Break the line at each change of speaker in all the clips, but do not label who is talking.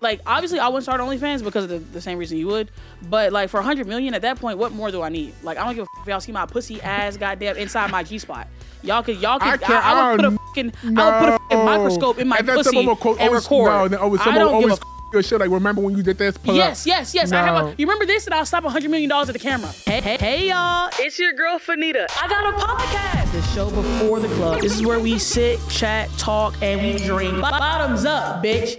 like obviously I wouldn't start OnlyFans because of the, the same reason you would. But like for 100 million at that point, what more do I need? Like I don't give a f- if y'all see my pussy ass goddamn inside my G spot. Y'all could y'all
I
could I,
can't-
I, would put a
oh,
fucking I would put a fucking microscope in my
and then
pussy
someone will quote,
and
always,
record.
No, and then always,
I
someone
don't
will
give a
always
f-
your shit like, remember when you did this? Pull
Yes,
up.
yes, yes. I have
No.
a, you remember this? And I'll stop a hundred million dollars at the camera. Hey, hey, hey, y'all! It's your girl Fanita. I got a podcast. The show before the club. This is where we sit, chat, talk, and we drink. Bottoms up, bitch.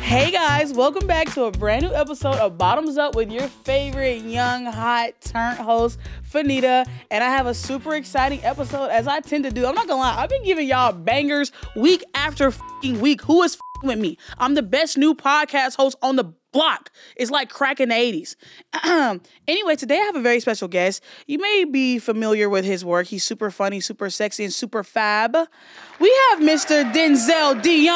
Hey guys, welcome back to a brand new episode of Bottoms Up with your favorite young, hot, turnt host, Fanita. And I have a super exciting episode as I tend to do. I'm not gonna lie, I've been giving y'all bangers week after fing week. Who is fing with me? I'm the best new podcast host on the block. It's like crack in the 80s. anyway, today I have a very special guest. You may be familiar with his work. He's super funny, super sexy, and super fab. We have Mr. Denzel Dion.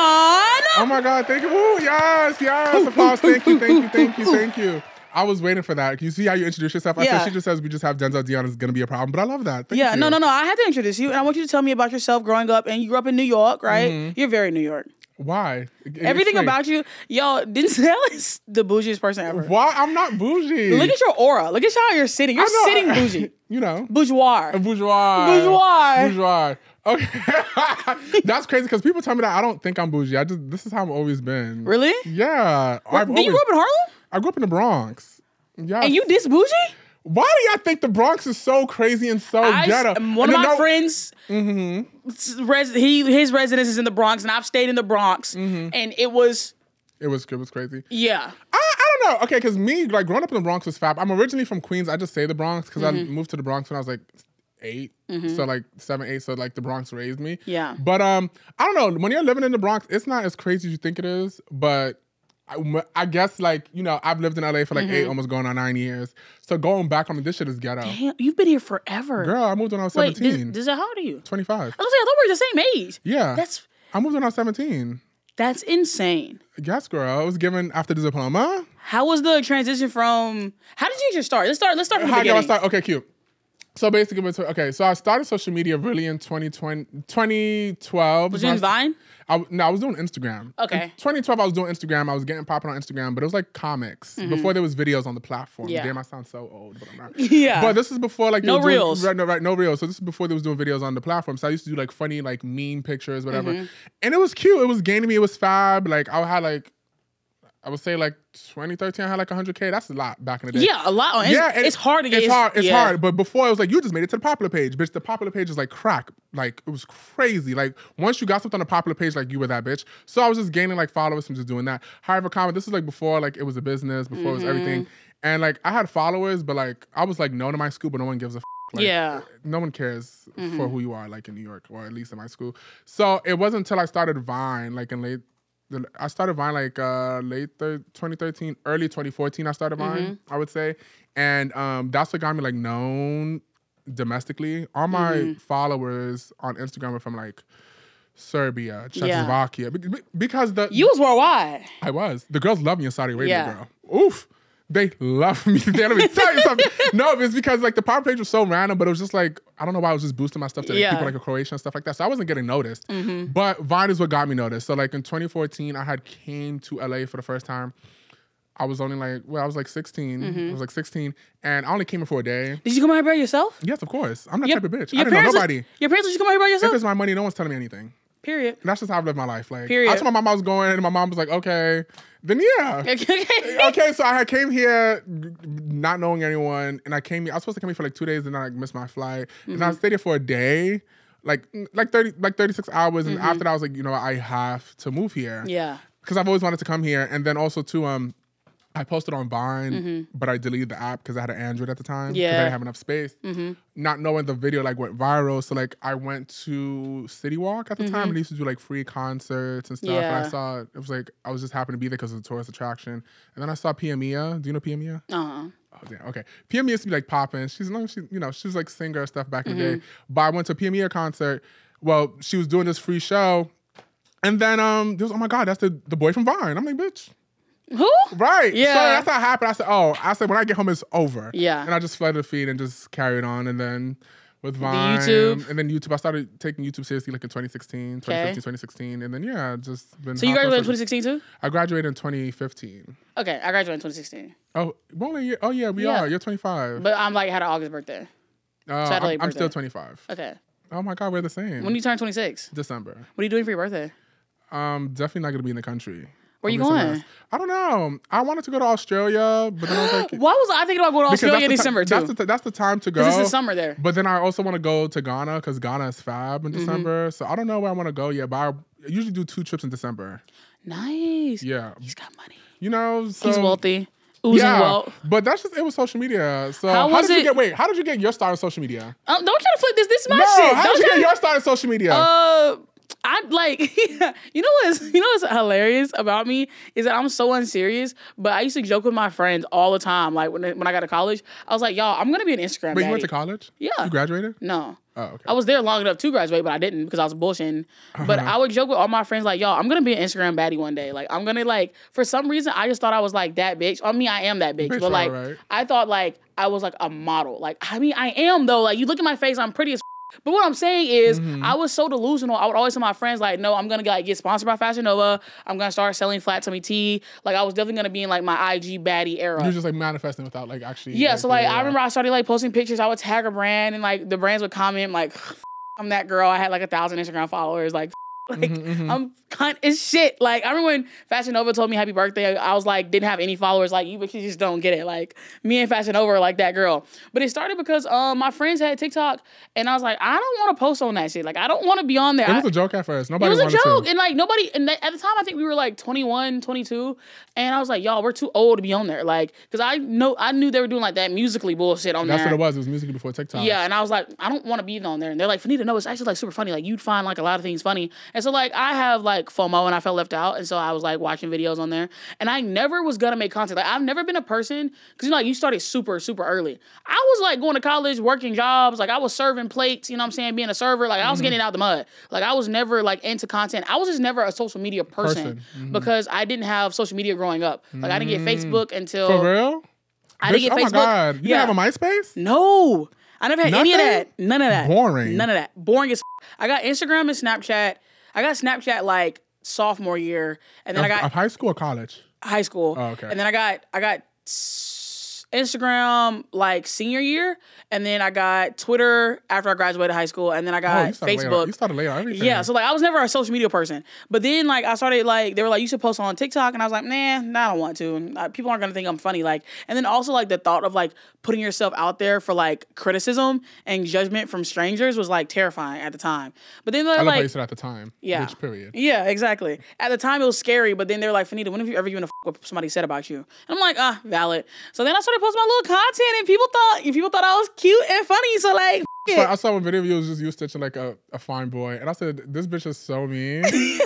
Oh my God, thank you. Ooh, yes, yes. applause. thank you, thank you, thank you, thank you. I was waiting for that. You see how you introduce yourself? I
Yeah.
said she just says we just have Denzel Dion is gonna be a problem, but I love that. Thank
Yeah,
you.
no, no, no. I had to introduce you, and I want you to tell me about yourself growing up. And you grew up in New York, right?
Mm-hmm.
You're very New York.
Why?
Everything about you, yo, Denzel is the bougiest person ever.
Why? I'm not bougie.
Look at your aura. Look at how you're sitting. You're
I'm
sitting
not-
bougie,
you know.
bourgeois.
Bourgeois.
Bourgeois.
Bourgeois. Okay. That's crazy because people tell me that I don't think I'm bougie. I just this is how I've always been.
Really?
Yeah. I've
Did you
always-
grow up in Harlem?
I grew up in the Bronx. Yeah.
And you this bougie?
Why do y'all think the Bronx is so crazy and so
I, um,
ghetto?
one
And
of
then
my
no- Mm-hmm.
friends, s- res, he his residence is in the Bronx, and I've stayed in the Bronx,
Mm-hmm.
and it was
It was it was crazy.
yeah.
I, I don't know. Okay, because me, like growing up in the Bronx was fab. I'm originally from Queens. I just say the Bronx because
Mm-hmm.
I moved to the Bronx when I was like 8 So like seven, eight. So like the Bronx raised me.
Yeah.
But um, I don't know. When you're living in the Bronx, it's not as crazy as you think it is. But I, I guess like you know, I've lived in LA for like eight, almost going on nine years. So going back, I'm like, this shit is ghetto.
Mm-hmm. Damn, you've been here forever.
Girl, I moved when I was
Wait,
17,
Denzel, Denzel, how old are you?
25.
I was like, I thought we were the same age.
Yeah.
that's
I moved when I was 17.
that's insane.
Yes, girl. I was given after the diploma.
How was the transition from? How did you get your start? Let's start. Let's start from the
How do I
beginning.
start? Okay, cute. So basically, between- okay, so I started social media really in 2020, 2012.
Was you in Vine?
I, no, I was doing Instagram.
Okay.
In 2012, I was doing Instagram. I was getting popping on Instagram, but it was like comics before there was videos on the platform.
Mm-hmm. Yeah.
Damn, I sound so old, but I'm not.
Yeah.
But this is before like they
No
were doing-
reels.
right, no, right, no reels. So this is before they was doing videos on the platform. So I used to do like funny like meme pictures, whatever.
Mm-hmm.
And it was cute. It was gaining me. It was fab. Like I had like. I would say like 2013, I had like 100k. That's a lot back in the day
yeah, a lot. On, yeah,
and
it's hard to get.
It's hard. It's
yeah.
hard. But before it was like you just made it to the popular page, bitch. The popular page is like crack. Like it was crazy. Like once you got something on the popular page, like you were that bitch. So I was just gaining like followers from just doing that. However, comment. This is like before like it was a business. Before it was
Mm-hmm.
everything. And like I had followers, but like I was like known in my school, but no one gives a. F- like, eh,
Yeah. Mm-hmm.
no one cares for who you are, like in New York or at least in my school. So it wasn't until I started Vine, like in late, the, I started Vine like uh, late thir- 2013, early 2014. I started Vine,
Mm-hmm.
I would say, and um, that's what got me like known domestically. All my
Mm-hmm.
followers on Instagram were from like Serbia, Czechoslovakia, be- be- because the
You was worldwide.
I was. The girls love me in Saudi Arabia,
Yeah.
girl. Oof. They love me. They let me tell you something. No, it's because like the pop page was so random, but it was just like I don't know why I was just boosting my stuff to like,
Yeah. Mm-hmm.
people like a Croatian and stuff like that. So I wasn't getting noticed. But Vine is what got me noticed. So like in 2014, I had came to LA for the first time. I was only like, well, I was like 16.
Mm-hmm.
I was like 16, and I only came here for a day.
Did you come out here by yourself?
Yes, of course. I'm that type of bitch. I
your
didn't know
parents let-
nobody.
your parents let you come out here by
If
yourself.
it's my money, no one's telling me anything.
Period.
And that's just how I've lived my life. Like I
Period.
told my mom I was going, and my mom was like, okay. Then yeah
okay.
okay, so I came here g- not knowing anyone, and I came here. I was supposed to come here for like two days, and I like missed my flight, and I stayed here for a day, like like thirty like thirty six hours, and after that, I was like, you know, I have to move here.
Yeah.
because I've always wanted to come here, and then also too, um, I posted on Vine, but I deleted the app because I had an Android at the time. 'cause
Mm-hmm.
I
Yeah. Mm-hmm.
didn't have enough space. Not knowing the video like went viral, so like I went to City Walk at the time. And they used to do like free concerts and stuff. And I
Mm-hmm. Yeah.
saw it was like I was just happy to be there because it's a tourist attraction. And then I saw Pia Mia. Do you know Pia Mia?
Uh-huh.
Oh damn. Okay. Pia Mia used to be like popping. She's no, she you know she was like singer and stuff back in the day.
Mm-hmm.
But I went to a Pia Mia concert. Well, she was doing this free show, and then um, there was oh my god, that's the the boy from Vine. I'm like bitch.
Who?
Right.
Yeah.
So that's how it happened. I said, oh, I said, when I get home, it's over.
Yeah.
And I just flooded the feed and just carried on. And then with Vine,
YouTube.
and then YouTube. I started taking YouTube seriously like in 2016, 2015,
Okay.
2016, and then yeah, I've just been.
So you
hot
graduated in
pursuit.
2016 too?
I graduated in 2015.
Okay, I graduated in 2016,
Oh, well, only a year- oh yeah, we
Yeah.
are. You're 25.
but I'm like had an August birthday.
Uh, I'm,
late
I'm still
birthday.
25.
Okay,
Oh my god, we're the same.
when you turn 26,
December.
what are you doing for your birthday?
Um, definitely not gonna be in the country.
Where you
At least
going?
unless- I don't know. I wanted to go to Australia, but then I was like,
Why was I thinking about going to
because
Australia in
that's the ti-
December
that's
too?
the, ti- that's the time to go.
Because it's the summer there.
But then I also want to go to Ghana because Ghana is fab
Mm-hmm.
in December. So I don't know where I want to go yet. But I usually do two trips in December.
Nice.
Yeah,
He's got money.
you know, so
He's wealthy. Oozing
Um, Yeah,
wealth.
but that's just it was social media. So
How
how,
was
did
it-
you get? Wait, how did you get your start on social media?
Um, don't try to flip this. This is my
no,
shit.
how
Don't
did you
try
get
to-
your start on social media?
Uh, I like you know what's you know what's hilarious about me is that I'm so unserious. But I used to joke with my friends all the time. Like when when I got to college, I was like, "Y'all, I'm gonna be an Instagram."
Wait, you went
daddy."
to college?
Yeah.
you graduated.
No.
Oh, okay.
I was there long enough to graduate, but I didn't because I was bullshitting. But I would joke with all my friends, like, y'all, I'm gonna be an Instagram baddie one day. Like, I'm gonna like for some reason I just thought I was like that bitch. I mean, I am that bitch,
Bitch,
but like
alright.
I thought like I was like a model. Like, I mean, I am though. Like, you look at my face, I'm pretty as. f- But what I'm saying is, I was so delusional. I would always tell my friends, like, no, I'm gonna like get sponsored by Fashion Nova. I'm gonna start selling flat tummy tea. Like, I was definitely gonna be in like my IG baddie era.
You're just like manifesting without like actually.
Yeah, so like I
yeah.
remember I started like posting pictures. I would tag a brand, and like the brands would comment like, "I'm that girl." I had like a thousand Instagram followers. Like, like
Mm-hmm,
I'm cunt as shit. Like I remember when Fashion Nova told me happy birthday, I was like, didn't have any followers. Like you, but you just don't get it. Like me and Fashion Nova are like that girl. But it started because um my friends had TikTok, and I was like, I don't want to post on that shit. Like I don't want to be on there.
It
I-
was a joke at first.
it
Nobody
was a
wanted
joke.
to.
And like nobody, and that, at the time, I think we were like 21, 22. And I was like, y'all, we're too old to be on there. Like, cause I know, I knew they were doing like that musically bullshit on
That's
there.
what it was. It was music before TikTok.
Yeah. And I was like, I don't want to be on there. And they're like, Fanita, no, it's actually like super funny. Like, you'd find like a lot of things funny. And so, like, I have like FOMO and I felt left out. And so I was like watching videos on there. And I never was going to make content. Like, I've never been a person, cause you know, like, you started super, super early. I was like going to college, working jobs. Like, I was serving plates, you know what I'm saying? Being a server. Like, I was
Mm-hmm.
getting out the mud. Like, I was never like into content. I was just never a social media person,
Person. Mm-hmm.
because I didn't have social media growing up. Like, I didn't get Facebook until.
For real?
I didn't
Bitch,
get
oh
Facebook.
my god! You
Yeah.
didn't have a MySpace?
No. I never had any of
Nothing?
that. None of that.
Boring.
None of that. Boring as f- I got Instagram and Snapchat. I got Snapchat like sophomore year, and then I
Of- of
got
high school or college?
high school.
Oh, okay.
And then I got I got s- Instagram like senior year, and then I got Twitter after I graduated high school, and then I
Oh,
got
you started later.
Uh, Facebook.
You started later. Everything.
Yeah, so like I was never a social media person, but then like I started like they were like you should post on TikTok, and I was like nah, nah I don't want to. And uh, people aren't gonna think I'm funny. Like, and then also like the thought of like putting yourself out there for like criticism and judgment from strangers was like terrifying at the time. But then
I
they're
love how you
like,
said at the time.
Yeah.
Bitch, period.
yeah, exactly. At the time it was scary, but then they're like, Fanita, when have you ever given a f- what somebody said about you? And I'm like, ah, valid. So then I started posting my little content, and people thought people thought I was cute and funny. So like, f-
So
it.
I saw one video of you it was just you stitching like a, a fine boy, and I said, "This bitch is so mean,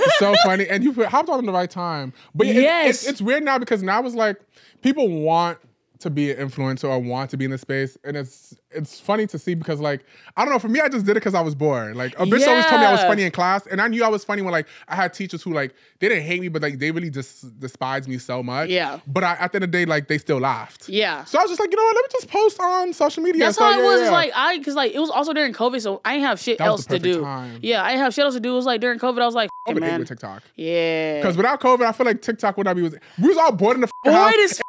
so funny," and you hopped on in the right time. But yeah, it-
Yes.
it's, it's weird now because now it's like people want to be an influencer or want to be in the space, and it's it's funny to see because like I don't know, for me, I just did it because I was bored. Like a bitch always told me I was
Yeah.
funny in class, and I knew I was funny when like I had teachers who like they didn't hate me, but like they really just despised me so much.
Yeah.
But I, at the end of the day, like they still laughed.
yeah.
So I was just like, you know what? Let me just post on social media.
That's
so,
how it
yeah,
was. It's
yeah.
like I, cause like it was also during COVID, so I didn't have shit
That
else
was the
to do.
perfect time.
Yeah, I didn't have shit else to do. It was like during COVID, I was like,
I'm
"F- it,
gonna hate
man,
with TikTok.
yeah,
Because without COVID, I feel like TikTok would not be. We was all bored in the f***ing
boy,
house.
this.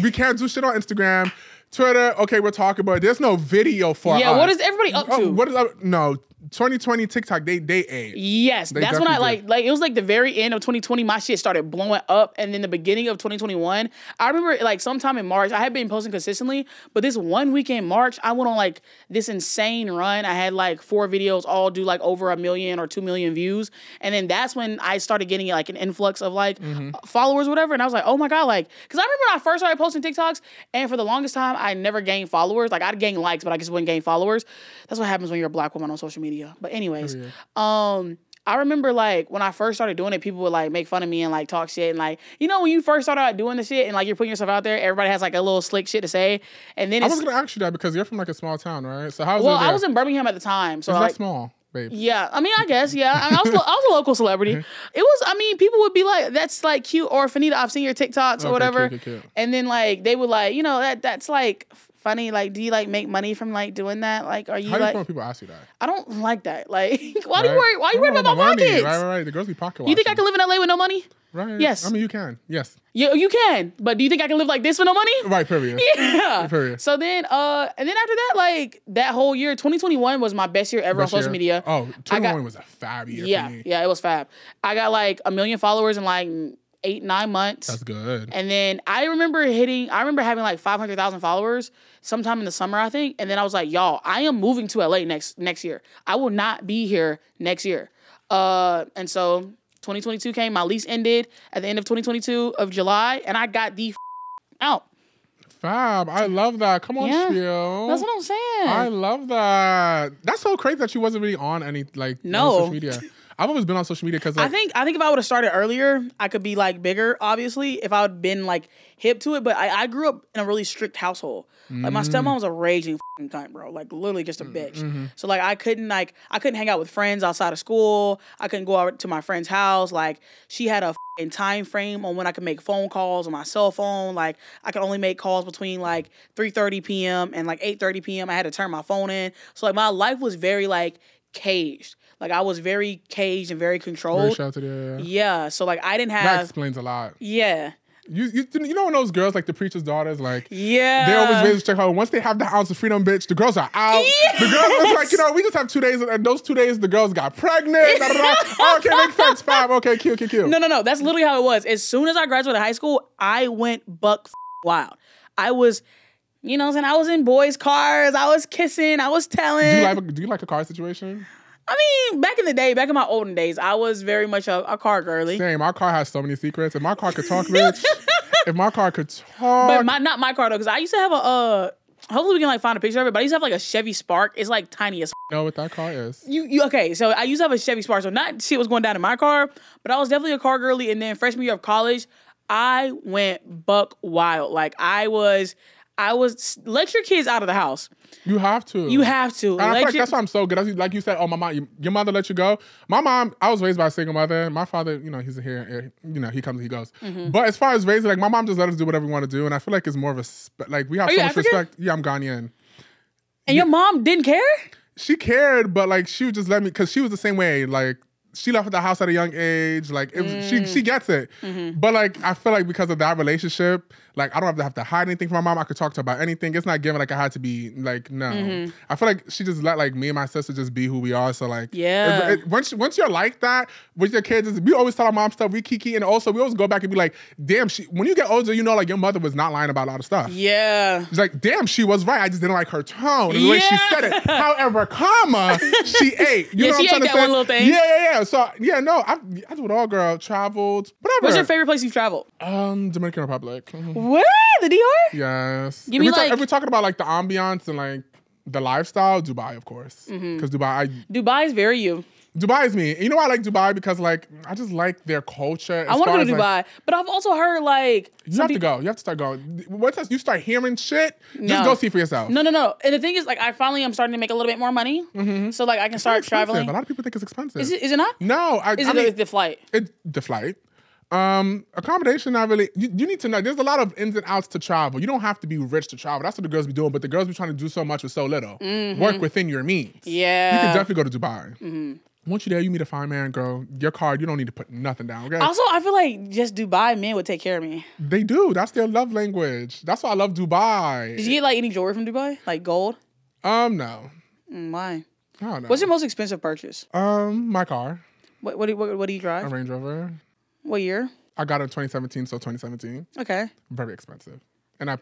We can't do shit on Instagram, Twitter. Okay, we're talking, but there's no video for
Yeah,
us.
what is everybody up to?
Oh, what is up? No, 2020 TikTok. They they ate.
Yes,
They
that's when I
definitely
like
did.
like it was like the very end of 2020 my shit started blowing up and then the beginning of 2021 I remember like sometime in March I had been posting consistently but this one week in March I went on like this insane run I had like four videos all do like over a million or 2 million views and then that's when I started getting like an influx of like
Mm-hmm.
uh, followers whatever and I was like oh my god like cuz I remember when I first started posting TikToks and for the longest time I never gained followers like I'd gain likes but I just wouldn't gain followers that's what happens when you're a black woman on social media but anyways um, I remember like when I first started doing it, people would like make fun of me and like talk shit and like you know when you first start out doing the shit and like you're putting yourself out there, everybody has like a little slick shit to say, and then
I
it's
was gonna ask you that because you're from like a small town, right? So how's
well,
it?
I
there?
was in Birmingham at the time, so
It's
like
not small, babe.
yeah, I mean I guess yeah, I, mean, I was lo- I was a local celebrity. It
Mm-hmm.
was I mean people would be like that's like cute or Fanita, I've seen your TikToks or
Okay,
whatever,
cute, cute, cute.
and then like they would like you know that that's like. funny? Like, do you like make money from like doing that? Like, are you
How do you
like?
feel when people ask you that?
I don't like that. Like, why do you
Right?
worry? Why you
I'm
worried
not
about my
money.
pockets?
Right, right, right. The girls be pocket watching.
You think I can live in LA with no money?
Right.
Yes.
I mean, you can. Yes.
Yeah, you can. But do you think I can live like this with no money?
Right. Period.
Yeah.
Period.
So then, uh, and then after that, like that whole year, 2021 was my best year ever
Best
on social
year.
media.
Oh,
I
21
got-
was a fab year
yeah,
for me.
yeah, it was fab. I got like a million followers in like eight, nine months.
That's good.
And then I remember hitting, I remember having like 500,000 followers sometime in the summer, I think. And then I was like, y'all, I am moving to LA next next year. I will not be here next year. Uh, and so 2022 came, my lease ended at the end of 2022 of July, and I got the f- out.
Fab. I love that. Come on,
Yeah.
Shreal.
That's what I'm saying.
I love that. That's so crazy that she wasn't really on any like
No.
on social media. I've always been on social media because
I
like,
think I think if I would have started earlier, I could be like bigger. Obviously, if I would been like hip to it, but I, I grew up in a really strict household. Like my stepmom was a raging fing cunt, bro. Like literally just a bitch. So like I couldn't like I couldn't hang out with friends outside of school. I couldn't go out to my friend's house. Like she had a fing time frame on when I could make phone calls on my cell phone. Like I could only make calls between like 3:30 p.m. and like 8:30 p.m. I had to turn my phone in. So like my life was very like caged. Like I was very caged and very
Very
controlled.
shout out to the-
Yeah. So like I didn't
that
have.
explains a lot.
Yeah.
You, you you know when those girls like the preacher's daughters like
Yeah.
they always raise check out. Once they have that ounce of freedom, bitch, the girls are out. The girls it's like, you know, we just have two days, and those two days the girls got pregnant. da, da, da. Oh, okay, makes sense. Fab. Okay, cute, cute, cute.
No, no, no. That's literally how it was. As soon as I graduated high school, I went buck f- wild. I was, you know, what I'm saying I was in boys' cars. I was kissing. I was telling.
Do you like a, do you like a car situation?
I mean, back in the day, back in my olden days, I was very much a, a car girly.
Damn, my car has so many secrets. If my car could talk, bitch. if my car could talk,
But my not my car though, because I used to have a. uh Hopefully we can like find a picture of it, but I used to have like a Chevy Spark. It's like tiny as f-
know what that car is.
you, you okay? So I used to have a Chevy Spark, so not shit was going down in my car, but I was definitely a car girly. And then freshman year of college, I went buck wild. Like I was, I was let your kids out of the house.
You have to.
You have to.
And I feel
Let
like
your-
Uh, that's why I'm so good. That's- Like you said, oh my mom, you- your mother let you go. My mom, I was raised by a single mother. My father, you know, he's here. eh, You know, he comes, he goes.
Mm-hmm.
But as far as raising, like my mom just let us do whatever we want to do, and I feel like it's more of a spe- like we have
you
so much
African?
respect. Yeah, I'm Ghanaian.
and your mom didn't care.
She cared, but like she would just let me because she was the same way. Like she left the house at a young age. Like it, was she she gets it. But like I feel like because of that relationship, like I don't have to have to hide anything from my mom. I could talk to her about anything. It's not given like I had to be like no. I feel like she just let like me and my sister just be who we are. So like
Yeah.
if- it- once once you're like that with your kids, is we always tell our mom stuff. We kiki and also we always go back and be like, damn. She when you get older, you know like your mother was not lying about a lot of stuff.
Yeah.
She's like, damn, she was right. I just didn't like her tone and the way she
Yeah.
said it. However, comma, she ate. You
Yeah,
know
she
what I'm
ate
trying to
that
say?
one little thing.
Yeah, yeah, yeah. So yeah, no, I, I do it all, girl. Traveled, whatever.
What's your favorite place you've traveled?
Um, Dominican Republic. Mhm.
What the DR?
Yes.
Give
if,
me,
we talk-
like-
if we're talking about like the ambiance and like the lifestyle, Dubai, of course, because
Mm-hmm.
Dubai, I,
Dubai is very you.
Dubai is me. You know why I like Dubai because like I just like their culture.
I want to go to Dubai, but I've also heard like
you have to go. You have to start going. Once you start hearing shit,
No.
just go see for yourself.
No, no, no. And the thing is, like, I finally am starting to make a little bit more money, so like I can start
It's Mm-hmm. expensive.
traveling.
A lot of people think it's expensive.
Is it, is it not?
No, I,
Is
I
it
mean,
the, the flight?
it, the flight. Um, accommodation, not really. You, you need to know. There's a lot of ins and outs to travel. You don't have to be rich to travel. That's what the girls be doing, but the girls be trying to do so much with so little. Work within your means. You
Mm-hmm. Yeah. Mm-hmm.
can definitely go to Dubai. Once you're there, you meet a fine man, girl. Your card, you don't need to put nothing down. Okay?
also, I feel like just Dubai men would take care of me.
they do. That's their love language. That's why I love Dubai.
Did you get like any jewelry from Dubai? Like gold?
Um, no.
Mm, Why?
I don't know.
What's your most expensive purchase?
um, my car,
What what do, what, what do you
a
drive?
Range Rover.
What year?
I got it in 2017, so 2017.
Okay.
Very expensive. And I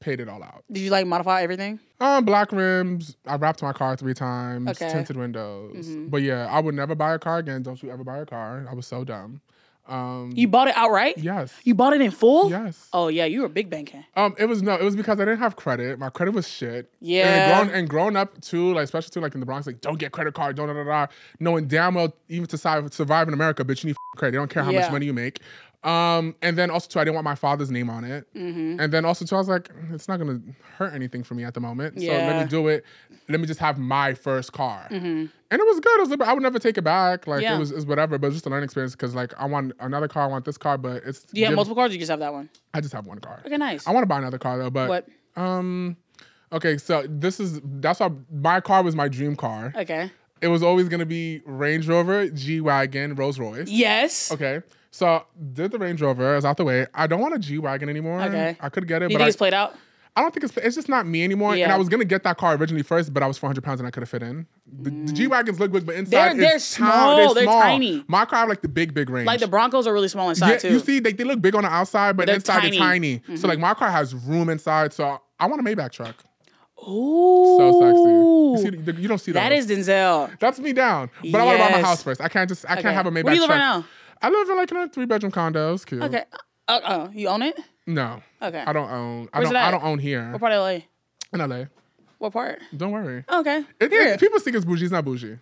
paid it all out.
Did you like modify everything?
Um, black rims. I wrapped my car three times.
Okay. Mm-hmm.
Tinted windows. But yeah, I would never buy a car again. Don't you ever buy a car? I was so dumb. Um,
You bought it outright?
yes,
You bought it in full?
yes.
Oh yeah, you were a big banking.
Um, it was no, it was because I didn't have credit. My credit was shit.
Yeah.
And grown and grown up too, like especially too, like in the Bronx, like don't get credit card, don't da da da. Knowing damn well even to survive, survive in America, bitch, you need f***ing credit. They don't care how
Yeah.
much money you make. Um, and then also too, I didn't want my father's name on it.
Mm-hmm.
And then also too, I was like, it's not gonna hurt anything for me at the moment. So let
Yeah. Mm-hmm.
me do it. Let me just have my first car. And it was good. It was. liber- I would never take it back. Like
Yeah.
it was, it was whatever. But it was just a learning experience because like I want another car. I want this car, but it's
Do you have
give-
multiple cars? Or you just have that one.
I just have one car.
Okay, nice.
I want to buy another car though, but
What?
um, Okay, so this is that's why my car was my dream car.
Okay.
It was always gonna be Range Rover, G Wagon, Rolls Royce.
Yes.
Okay. So did the Range Rover is out the way. I don't want a G Wagon anymore.
Okay.
I could get it,
You
but
think
I,
it's played out?
I don't think it's it's just not me anymore. And
Yeah.
I was gonna get that car originally first, but I was 400 pounds and I could have fit in. The, the G Wagons look big, but inside
Mm. They're-
is
they're
tiny-
small, they're tiny.
My car have like the big, big range.
Like the Broncos are really small inside
yeah,
too.
you see, they, they look big on the outside, but
They're
inside
tiny. Mm-hmm.
they're tiny. So like my car has room inside, so I want a Maybach truck.
Ooh.
So sexy. You, see, the- you don't see that.
that is Denzel.
That's me down. But I want to buy my
Yes.
house first. I can't just I
Okay.
can't have a
Where
Maybach.
do you live right
truck.
now?
I live in like in a three bedroom condo. It's cute.
Okay. Uh, uh, you own it?
No.
Okay.
I don't own. I
Where's
don't.
it at?
I don't own here
What part of LA?
in LA.
What part?
Don't worry.
Okay.
It-
Period.
it- people think it's bougie. It's not bougie.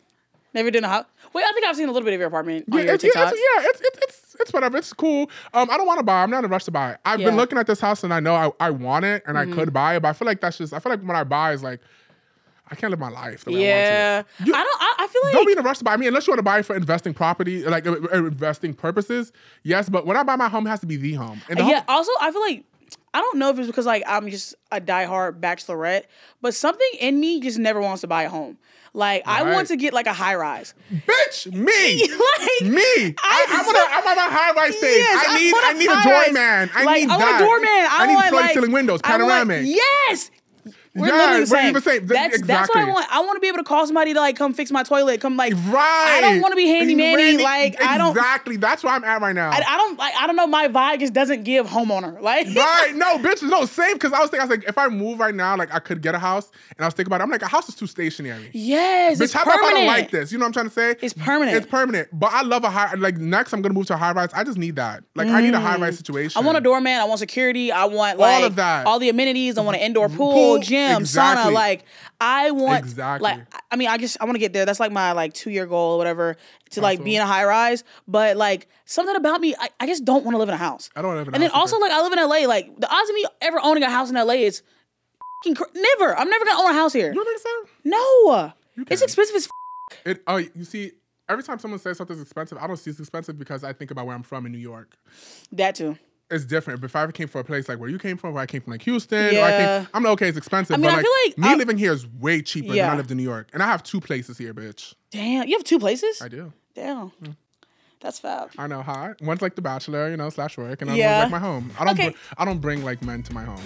Never did a house. Wait, I think I've seen a little bit of your apartment on
Yeah,
your
it's, yeah,
TikTok.
it's, yeah, it's, it's, it's, it's whatever. It's cool. Um, I don't want to buy. I'm not in a rush to buy. I've
Yeah. Mm-hmm.
been looking at this house and I know I, I want it and I could buy it, but I feel like that's just. I feel like when I buy is like, I can't live my life the way I
Yeah.
want to. You-
I don't. I, I feel like.
don't be in a rush to buy. I mean, unless you want to buy it for investing property, like uh, uh, investing purposes. Yes, but when I buy my home, it has to be the home. And the
yeah.
home,
Also, I feel like I don't know if it's because like I'm just a diehard bachelorette, but something in me just never wants to buy a home. Like I
Right.
want to get like a high rise.
bitch, me,
Like,
me. I,
I-
I, want to. I'm on my high rise stage.
Yes,
I need. I,
want
need a
high-rise.
doorman. I
Like,
need
I want
that.
a doorman. I,
need
want,
flooded
like-
ceiling windows,
I want-
panoramic.
yes. We're
Yeah,
literally the
we're
same.
even same. Th-
That's that's what I
exactly.
want. I want to be able to call somebody to like come fix my toilet. Come like
Right.
I don't want to be handy manny.
Randy-
Like I don't.
Exactly. That's where I'm at right now.
I, I don't. Like, I don't know. My vibe just doesn't give homeowner. Like
right. No, bitches. No, same. Because I was thinking, I was like, if I move right now, like I could get a house. And I was thinking about it. I'm like, a house is too stationary.
yes,
Bitch,
it's
how about
permanent.
if I don't like this? You know what I'm trying to say?
It's permanent.
It's permanent. But I love a high. Like next, I'm gonna move to a high rise. I just need that. Like I need a high rise situation.
Mm. I want a doorman. I want security. I want like
of that. Mm-hmm.
all the amenities. I want an indoor pool,
Pool,
gym,
exactly.
sauna. Like I want
Exactly.
Like I- I mean, I just I want to get there. That's like my like two year goal or whatever to like be in a high rise. But like something about me, I, I just don't want to live in a house.
I don't wanna live in a
And
house
then also
either.
like I live in L.A. Like the odds of me ever owning a house in L.A. is. f***ing Cr- never. I'm never gonna own a house here.
You don't think
No. It's
can.
expensive as f-
so? It. Oh, you see. Every time someone says something's expensive, I don't see it's expensive because I think about where I'm from in New York.
that too.
It's different. But if I ever came from a place like where you came from, where I came from, like Houston, or I
Yeah.
came, I'm like, okay, it's expensive.
I mean,
but
I
like,
feel like
me
I-
living here is way cheaper
Yeah.
than I lived in New York, and I have two places here, bitch.
Damn, you have two places.
I Mm. do.
Damn, that's fab.
I know, hot. One's like the Bachelor, you know, slash work, and
Yeah.
another one's like my home. I don't,
Okay.
br- I don't bring like men to my home.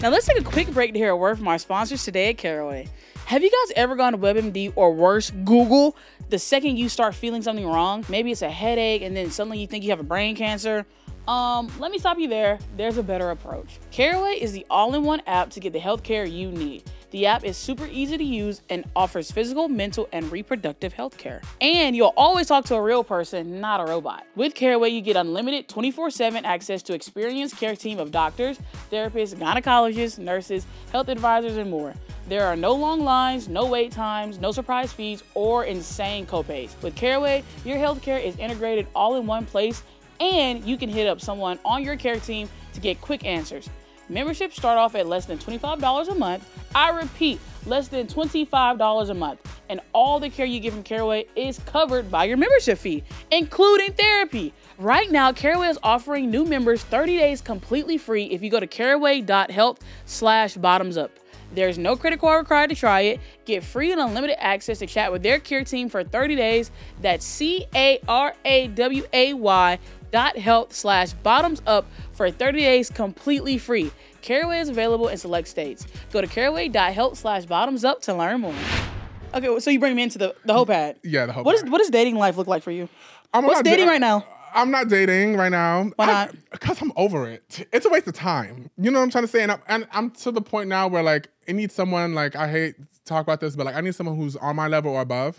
Now let's take a quick break to hear a word from our sponsors today at Caraway. Have you guys ever gone to WebMD or worse, Google? The second you start feeling something wrong, maybe it's a headache, and then suddenly you think you have a brain cancer. Um, let me stop you there. There's a better approach. Caraway is the all-in-one app to get the healthcare you need. The app is super easy to use and offers physical, mental, and reproductive health care. And you'll always talk to a real person, not a robot. With Caraway, you get unlimited 24 7 access to experienced care team of doctors, therapists, gynecologists, nurses, health advisors, and more. There are no long lines, no wait times, no surprise fees, or insane copays. With Caraway, your healthcare is integrated all in one place, and you can hit up someone on your care team to get quick answers. Memberships start off at less than $25 a month. I repeat, less than $25 a month. And all the care you get from Caraway is covered by your membership fee, including therapy. Right now, Caraway is offering new members 30 days completely free if you go to caraway.health slash bottoms up. There's no credit card required to try it. Get free and unlimited access to chat with their care team for 30 days. That's C A R A W A Y dot health slash bottoms up for 30 days completely free. Caraway is available in select states. Go to caraway.health slash bottoms up to learn more. Okay, well, so you bring me into the, the hope pad.
Yeah, the whole.
What is
vibe.
what does dating life look like for you?
I'm
What's
not da-
dating right now?
I'm not dating right now. Why
not?
Because I'm over it. It's a waste of time. You know what I'm trying to say? And I'm, and I'm to the point now where like I need someone like I hate to talk about this, but like I need someone who's on my level or above.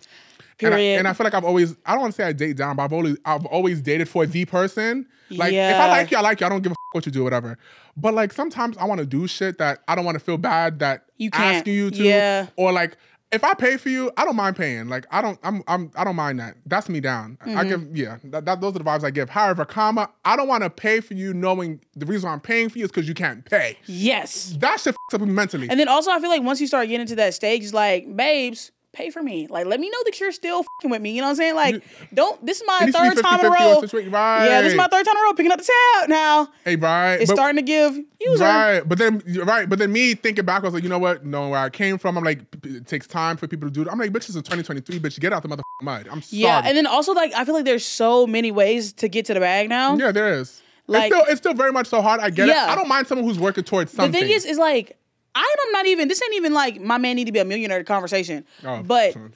And I,
Period.
and I feel like I've always I don't want to say I date down, but I've always I've always dated for the person. Like if
Yeah.
I like you, I like you. I don't give a f- what you do, whatever. But like sometimes I want to do shit that I don't want to feel bad that
You can't.
asking you to.
Yeah.
Or like if I pay for you, I don't mind paying. Like I don't I'm I'm I don't mind that. That's me down. I
Mm-hmm.
give yeah. That, that those are the vibes I give. However, comma, I don't want to pay for you knowing the reason why I'm paying for you is because you can't pay.
Yes.
That shit f- up me mentally.
And then also, I feel like once you start getting to that stage, it's like, babes, pay for me. Like, let me know that you're still fucking with me. You know what I'm saying? Like,
You-
don't. This is my
It needs to be
third time in a
50-50 on
row.
situation, right.
Yeah, this is my third time in a row picking up the tab. Now
Hey, right.
it's
but-
starting to give user.
Right, but then right, but then me thinking back, I was like, you know what? Knowing where I came from, I'm like, p- p- it takes time for people to do it. I'm like, bitch, this is 2023, bitch, get out the motherfucking mud. I'm sorry.
Yeah, and then also like I feel like there's so many ways to get to the bag now.
yeah, there is.
Like-
it's still, it's still very much so hard. I get
Yeah.
it. I don't mind someone who's working towards
the
something.
thing is, is like I am not even. This ain't even like my man need to be a millionaire conversation.
Oh,
but
son.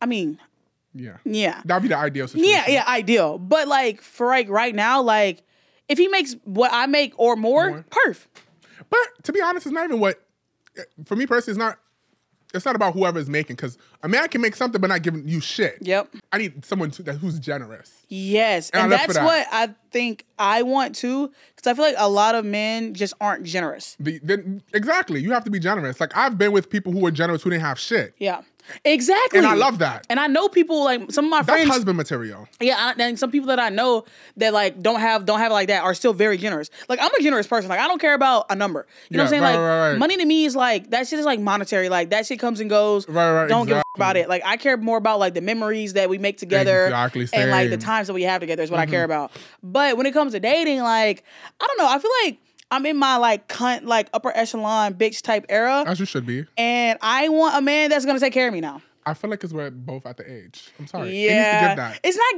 I mean,
yeah,
yeah,
that'd be the ideal situation.
yeah, yeah, ideal. But like for like right now, like if he makes what I make or more,
More.
perf.
But to be honest, it's not even what for me personally. It's not. It's not about whoever is making because a man can make something but not giving you shit.
Yep.
I need someone to, that who's generous.
Yes,
And I
and
live for
that's what I think I want too, because I feel like a lot of men just aren't generous.
The, then exactly, you have to be generous. Like I've been with people who were generous who didn't have shit.
Yeah, exactly.
And I love that.
And I know people like some of my
That's
friends.
husband material.
Yeah, I, and some people that I know that like don't have don't have it like that are still very generous. Like I'm a generous person. Like I don't care about a number. You know what I'm
Yeah,
saying?
right,
like
right, right.
money to me is like that shit is like monetary. Like that shit comes and goes.
Right, right,
Don't give a f-
exactly.
about it. Like I care more about like the memories that we make together
Exactly,
and like the
same. Mm-hmm.
times that we have together is what I care about. But when it comes to dating, like I don't know. I feel like I'm in my like cunt like upper echelon bitch type era,
As you should be.
and I want a man that's gonna take care of me now.
I feel like it's we're both at the age. I'm sorry.
Yeah,
It needs to get that.
it's not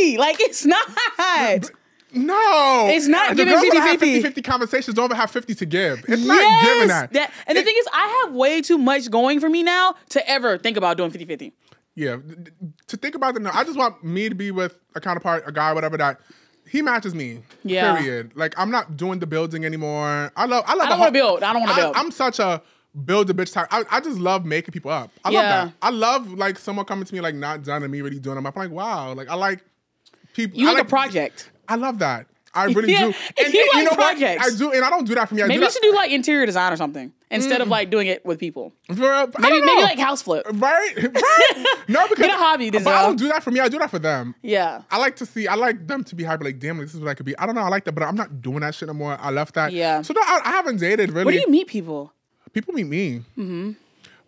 giving 50-50. Like it's not.
no.
It's not
the
giving
girls that have
50-50.
50 50 conversations don't even have 50 to give. It's not
Yes,
giving that.
and the thing is, I have way too much going for me now to ever think about doing 50 50.
Yeah. th- th- To think about the no, I just want me to be with a counterpart, a guy, whatever that. He matches me.
Yeah.
Period. Like I'm not doing the building anymore. I love I
I don't
love a
want to
whole-
build. I don't want to
I-
build.
I'm such a build a bitch type. I, I just love making people up. I
Yeah.
love that. I love like someone coming to me like not done and me really doing them up. I'm like, wow. Like I like people.
you
I
like,
like
a project.
I love that. I really
Yeah,
do. And,
you
and
like
you know
projects.
what? I do, and I don't do that for me. I
Maybe
do
you
that
should do like interior design or something instead
Mm.
of like doing it with people.
for, I
Maybe,
don't
maybe
know.
like house flip.
right, right. no, because
Get a hobby,
But I
Denzel.
don't do that for me. I do that for them.
Yeah.
I like to see. I like them to be happy. Like, damn, this is what I could be. I don't know. I like that, but I'm not doing that shit no more. I left that.
Yeah.
So no, I, I haven't dated really.
Where do you Mm-hmm. meet people?
people meet me.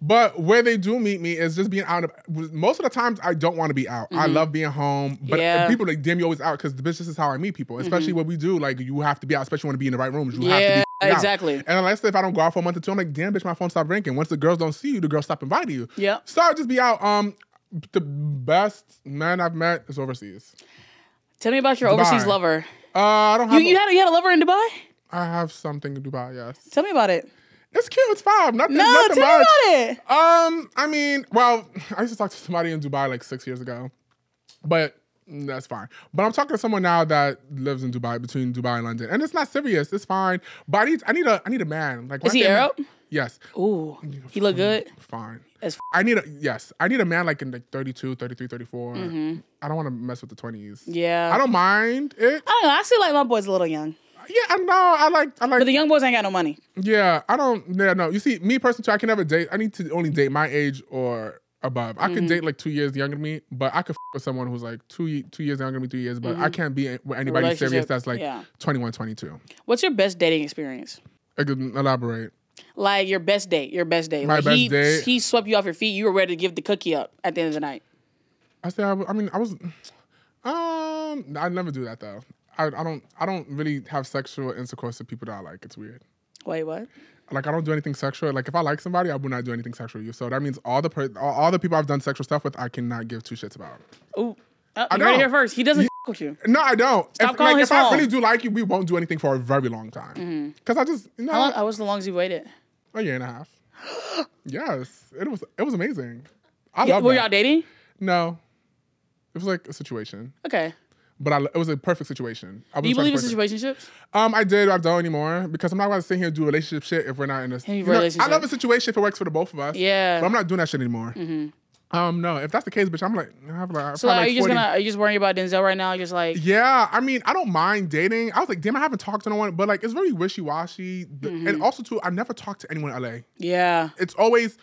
But where they do meet me is just being out. Of, most of the times, I don't want to be out. I love being home. But
Mm-hmm. Yeah. Mm-hmm.
people like damn, you always out because the business is how I meet people. Especially what we do, like you have to be out. Especially when to be in the right rooms, you have to
Yeah,
be out.
exactly.
And unless if I don't go out for a month or two, I'm like, damn, bitch, my phone stopped ringing. Once the girls don't see you, the girls stop inviting you.
Yeah.
So I just be out. Um, the best man I've met is overseas.
Tell me about your overseas
Dubai.
lover.
Uh, I don't
You,
have.
you had a, you had a lover in Dubai?
I have something to Dubai. Yes,
Tell me about it.
it's cute. It's fine. Nothing.
No,
nothing
tell
much.
me about it.
Um, I mean, well, I used to talk to somebody in Dubai like six years ago, but that's fine. But I'm talking to someone now that lives in Dubai, between Dubai and London, and it's not serious. It's fine. But I need, I need a, I need a man. Like, when
Is
I
he
say man-
Arab?
yes.
Ooh, he look good.
Fine.
As f-
I need a yes. I need a man like in like 32, 33, 34. I don't want to mess with the 20s.
Mm-hmm. Yeah.
I don't mind it.
I don't know. I still like my boy's a little young,
Yeah, I know. I like. I like.
but the young boys ain't got no money.
Yeah, I don't. Yeah, no. You see, me personally, too, I can never date. I need to only date my age or above. I could
Mm-hmm.
date like two years younger than me, but I could f- with someone who's like two ye- two years younger than me, three years. But I can't be in- with anybody serious
Mm-hmm. Relationship,
that's like
yeah.
twenty one, twenty two. 21, 22.
What's your best dating experience?
I could um, elaborate.
Like your best date, your best date.
My
like
best
he,
date?
He swept you off your feet. You were ready to give the cookie up at the end of the night.
I said, I, w- I mean, I was. Um, I never do that though. I, I don't. I don't really have sexual intercourse with people that I like. It's weird.
Wait, what?
Like I don't do anything sexual. Like if I like somebody, I would not do anything sexual. with you. So that means all the per- all, all the people I've done sexual stuff with, I cannot give two shits about.
Ooh, oh, you heard it
know.
here first. He doesn't f with you.
No, I don't.
Stop
if,
calling
like,
his
if I
phone. Mm-hmm.
really do like you, we won't do anything for a very long time. Because I just, you know,
How long? I Oh, was the longest you waited.
a year and a half. yes, it was it was amazing. I
Yeah,
love
were
that.
y'all dating?
No, it was like a situation,
Okay.
but I, it was a perfect situation. I
Do you
was
believe in
perfect.
situationships?
Um, I did. I don't anymore because I'm not going to sit here and do relationship shit if we're not in a
Any
you know, I
relationship.
love a situation if it works for the both of us.
Yeah. Mm-hmm.
but I'm not doing that shit anymore. Um, no, if that's the case, bitch, I'm like, I have like,
So like,
probably
are
like
you just
40
gonna? Are you just worrying about Denzel right now? You're just like,
Yeah, I mean, I don't mind dating. I was like, damn, I haven't talked to no one, but like, it's very wishy
Mm-hmm.
washy. And also, too, I never talk to anyone in LA.
yeah.
It's always,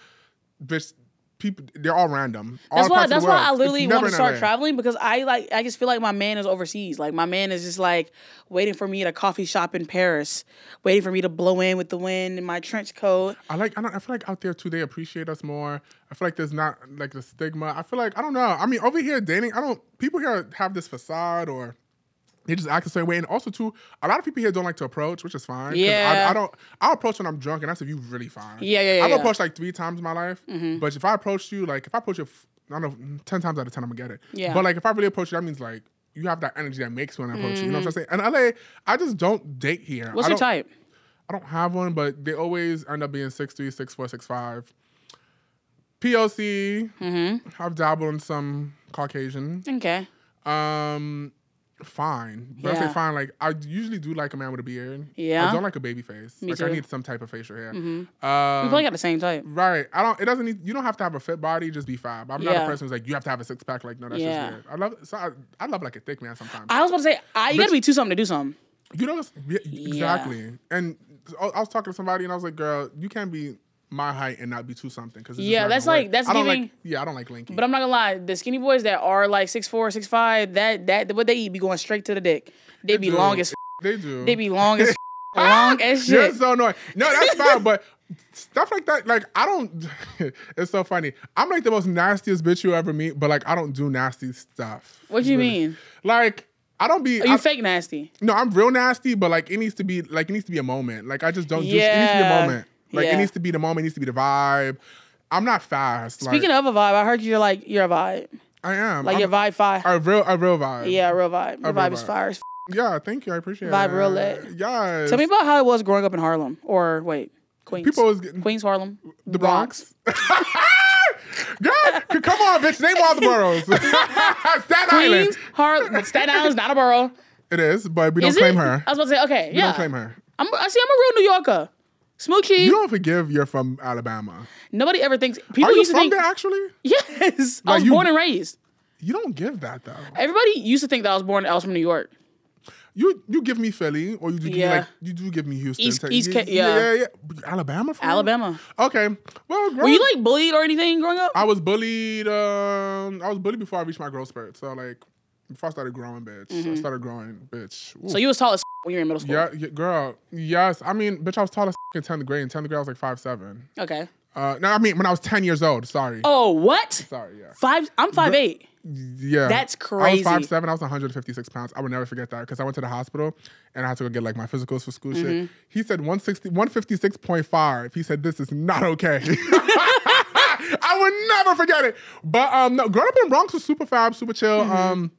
bitch, people they're all random.
That's
all
why.
parts of the
That's why
world.
I
It's
literally
never
want to
in
start
LA.
traveling because I like. I just feel like my man is overseas. Like my man is just like waiting for me at a coffee shop in Paris, waiting for me to blow in with the wind in my trench coat.
I like. I don't. I feel like out there too, they appreciate us more. I feel like there's not like the stigma. I feel like I don't know. I mean, over here dating, I don't. People here have this facade or. They just act the same way, and also too, a lot of people here don't like to approach, which is fine. 'cause
Yeah.
I, I don't. I approach when I'm drunk, and that's if you really fine.
Yeah, yeah, yeah,
I've
yeah. Mm-hmm.
approached like three times in my life, but if I approach you, like if I approach you, f- I don't know, ten times out of ten, I'm gonna get it.
Yeah.
But like if I really approach you, that means like you have that energy that makes me want to approach you. You know what I'm saying? And LA, I just don't date here.
Mm-hmm. What's
I
your
don't-
type?
I don't have one, but they always end up being six three, six four, six five. POC.
Mm-hmm.
I've dabbled in some Caucasian.
Okay.
Um, fine. But I
Yeah.
say fine. Like I usually do like a man with a beard.
Yeah.
I don't like a baby face. like I
too. Mm-hmm.
need some type of facial hair.
We
Um,
probably got the same type.
right. I don't. It doesn't need. You don't have to have a fit body. Just be fab. I'm not
Yeah.
a person who's like you have to have a six pack. Like no, that's
Yeah.
just weird. I love. So I, I love like a thick man sometimes.
I was about to say, I, you got to be two something to do something.
You know, it's- yeah, exactly. And I I was talking to somebody, and I was like, "Girl, you can't be my height and not be two something." Because
Yeah, that's like- that's
I don't
giving-
Like, yeah, I don't like lanky.
But I'm not gonna lie, the skinny boys that are like six four, six five, that that what they eat be going straight to the dick. They be
do.
long as f-
they do.
they be long as f-
Ah!
long as
You're
shit.
so annoying. No, that's fine, but stuff like that, like I don't. it's so funny. I'm like the most nastiest bitch you ever meet, but like I don't do nasty stuff.
What do you mean?
Like I don't be.
Are you
I-
fake nasty?
No, I'm real nasty, but like it needs to be like it needs to be a moment. Like I just don't. do It needs to be
Yeah.
a moment. Like
Yeah.
it needs to be the moment. It needs to be the vibe. I'm not fast.
Speaking
like,
of a vibe, I heard you're like you're a vibe.
I am.
Like
I'm
your vibe fire.
A real, a real vibe.
yeah, real vibe. Your
real
vibe is
vibe.
fire. as f-
Yeah. Thank you. I appreciate
Vibe
it.
real lit.
Yes.
Tell me about how it was growing up in Harlem or wait, Queens.
People always get-
Queens, Harlem,
the Bronx. Girl, c- come on, bitch. Name all the boroughs. Staten Island.
Queens, Harlem. Staten Island's not a borough.
It is, but we don't
Is
claim
it?
her.
I was about to say okay.
We
yeah.
don't claim her.
I'm, I see. I'm a real New Yorker. Smoochie.
You don't forgive. You're from Alabama.
Nobody ever thinks. People
Are you
used to
from
think.
there? Actually,
Yes, I
Like,
was
you-
born and raised.
you don't give that though.
Everybody used to think that I was born. I was from New York.
You you give me Philly, or you do give
Yeah.
me like you do give me Houston.
East-
Tex-
East Ca- yeah.
yeah, yeah. yeah. But you Alabama. From?
Alabama.
Okay. Well,
Were
growing,
you like bullied or anything growing up?
I was bullied. Um, I was bullied before I reached my growth spurt. So like, before I started growing, bitch, I started growing, bitch. Ooh.
Mm-hmm. So you was tall as when you were in middle school.
yeah, yeah, girl. Yes, I mean, bitch, I was tall as in tenth grade. In tenth grade, I was like five seven.
Okay.
Uh, no, I mean when I was ten years old. Sorry.
Oh what?
Sorry. Yeah.
Five. I'm five eight.
Yeah.
That's
I was
crazy.
five seven. I was 156 pounds. I would never forget that because I went to the hospital and I had to go get like my physicals for school
Mm-hmm.
shit. He said 160, 156.5. He said this is not okay. I would never forget it. But um, no, growing up in Bronx was super fab, super chill.
Mm-hmm.
Um,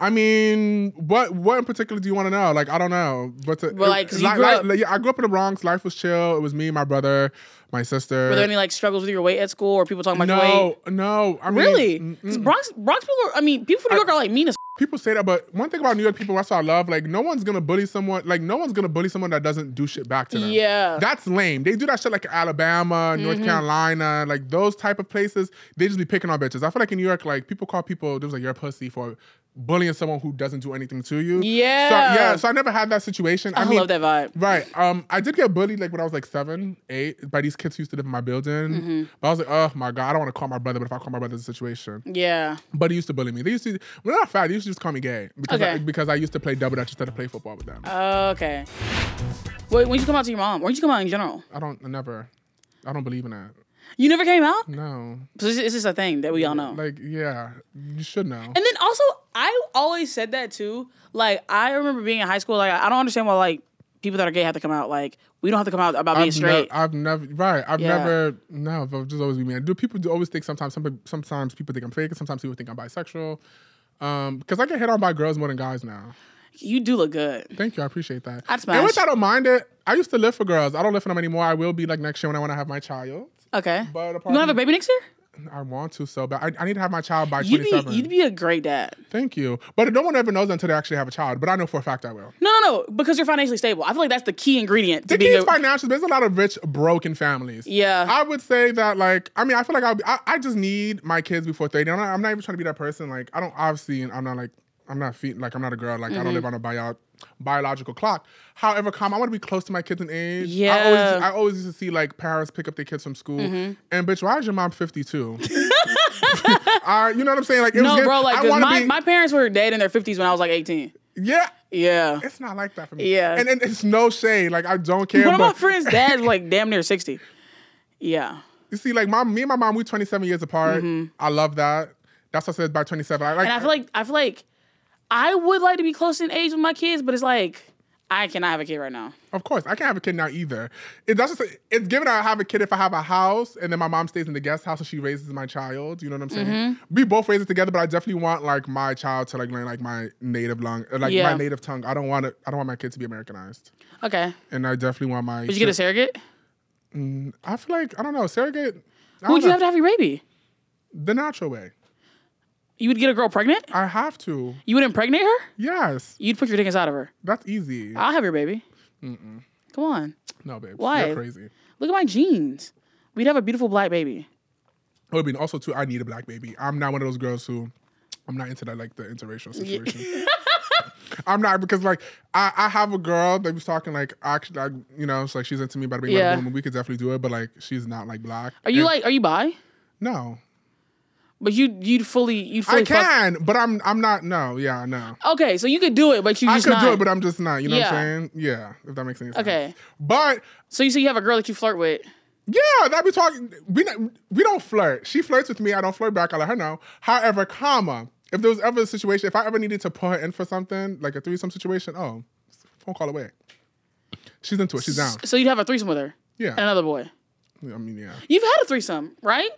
I mean, what what in particular do you want to know? Like, I don't know, but, uh, to,
But, like, 'cause you grew up-
yeah, I grew up in the Bronx. Life was chill. It was me, my brother, my sister.
Were there any like struggles with your weight at school or people talking about your weight?
no, no. I mean,
Really? 'Cause Bronx Bronx people. Are, I mean, people from New York are like mean as.
people say that, but one thing about New York people, that's what I love. Like, no one's gonna bully someone. Like, no one's gonna bully someone that doesn't do shit back to them.
Yeah. Mm-hmm.
that's lame. They do that shit like Alabama, North Carolina, like those type of places. They just be picking on bitches. I feel like in New York, like people call people, they was like, "You're a pussy" for bullying someone who doesn't do anything to you.
Yeah.
so, yeah. So I never had that situation. I,
I
mean,
love that vibe.
Right. Um, I did get bullied like when I was like seven, eight by these kids who used to live in my building.
Mm-hmm.
But I was like, oh my god, I don't want to call my brother, but if I call my brother, it's a situation.
Yeah.
But he used to bully me. They used to when I was fat, they used to just call me gay because I,
Okay.
because I used to play double dutch instead of play football with them.
Okay. Wait, when did you come out to your mom? When did you come out in general?
I don't I never, I don't believe in that.
You never came out.
No,
So this is- this is a thing that we all know.
like yeah, you should know.
And then also, I always said that too. Like, I remember being in high school. Like, I don't understand why like people that are gay have to come out. Like, we don't have to come out about being
I've
straight.
nev- I've never right. I've
Yeah.
never no. I've just always been man. Do people do always think sometimes? Some, sometimes people think I'm fake, and sometimes people think I'm bisexual. Um, because I get hit on by girls more than guys now.
you do look good.
Thank you, I appreciate that.
I'd smash.
and which I don't mind it. I used to live for girls. I don't live for them anymore. I will be like next year when I want to have my child.
Okay.
But
you don't have a
apart-
baby next year?
I want to so bad. I, I need to have my child by
You'd
27.
be you'd be a great dad.
Thank you. But no one ever knows until they actually have a child. But I know for a fact I will.
No, no, no. Because you're financially stable. I feel like that's the key ingredient to
The key
being
is
a,
financials. There's a lot of rich, broken families.
Yeah.
I would say that, like, I mean, I feel like I'll be, I, I just need my kids before 30.
Mm-hmm.
I'm not, I'm not even trying to be that person. Like, I don't, obviously, I'm not like, I'm not feet, like, I'm not a girl. Like, I don't live on a buyout biological clock. However, calm, I want to be close to my kids in age. I
Yeah. Mm-hmm.
always, I always used to see like parents pick up their kids from school. And bitch, why is your mom 52? I, you know what I'm saying? Like, it was
No,
good.
bro, like
I
'cause
wanna
my,
be-
my parents were dead in their fifties when I was like eighteen.
yeah.
Yeah.
It's not like that for me.
Yeah.
And, and it's no shade. Like, I don't care.
One of my
but
friends' dad's like damn near sixty. Yeah.
you see, like, my, me and my mom, we 27 years apart.
Mm-hmm.
I love that. That's what I said by 27. I like,
And I feel like I feel like I would like to be close in age with my kids, but it's like I cannot have a kid right now.
Of course, I can't have a kid now either. It, that's just it's given. I have a kid if I have a house, and then my mom stays in the guest house and she raises my child. You know what I'm saying?
Mm-hmm.
We both raise it together, but I definitely want like my child to like learn like my native lung, like
Yeah.
my native tongue. I don't want to. I don't want my kid to be Americanized,
Okay.
and I definitely want my.
Would you get a surrogate?
I feel like I don't know surrogate. I
Who would you
don't know,
have to have your baby?
the natural way.
You would get a girl pregnant?
I have to.
You would impregnate her?
Yes,
You'd put your dick inside of her.
that's easy.
I'll have your baby. Come on.
no, babe.
Why?
You're crazy. It
Look at my jeans. We'd have a beautiful black baby.
would be also too. I need a black baby. I'm not one of those girls who. I'm not into that like the interracial situation. I'm not because like I, I have a girl that was talking like actually like, you know it's like she's into me about being
Yeah.
like a woman. We could definitely do it, but like she's not like black.
Are you
And-
like are you bi?
no?
But you you'd fully you'd fully
I
fuck-
can, but I'm I'm not. No, yeah, no.
Okay, so you could do it, but you
I
just
could
not.
do it, but I'm just not. You know what
Yeah.
I'm saying? Yeah, if that makes any sense.
Okay.
but
so you say you have a girl that you flirt with.
yeah, that be talking. We not, we don't flirt. She flirts with me. I don't flirt back. I let her know. However, comma. If there was ever a situation, if I ever needed to put her in for something like a threesome situation, oh, phone call away. She's into it. She's down.
So you'd have a threesome with her.
Yeah.
And another boy.
I mean, yeah.
You've had a threesome, right?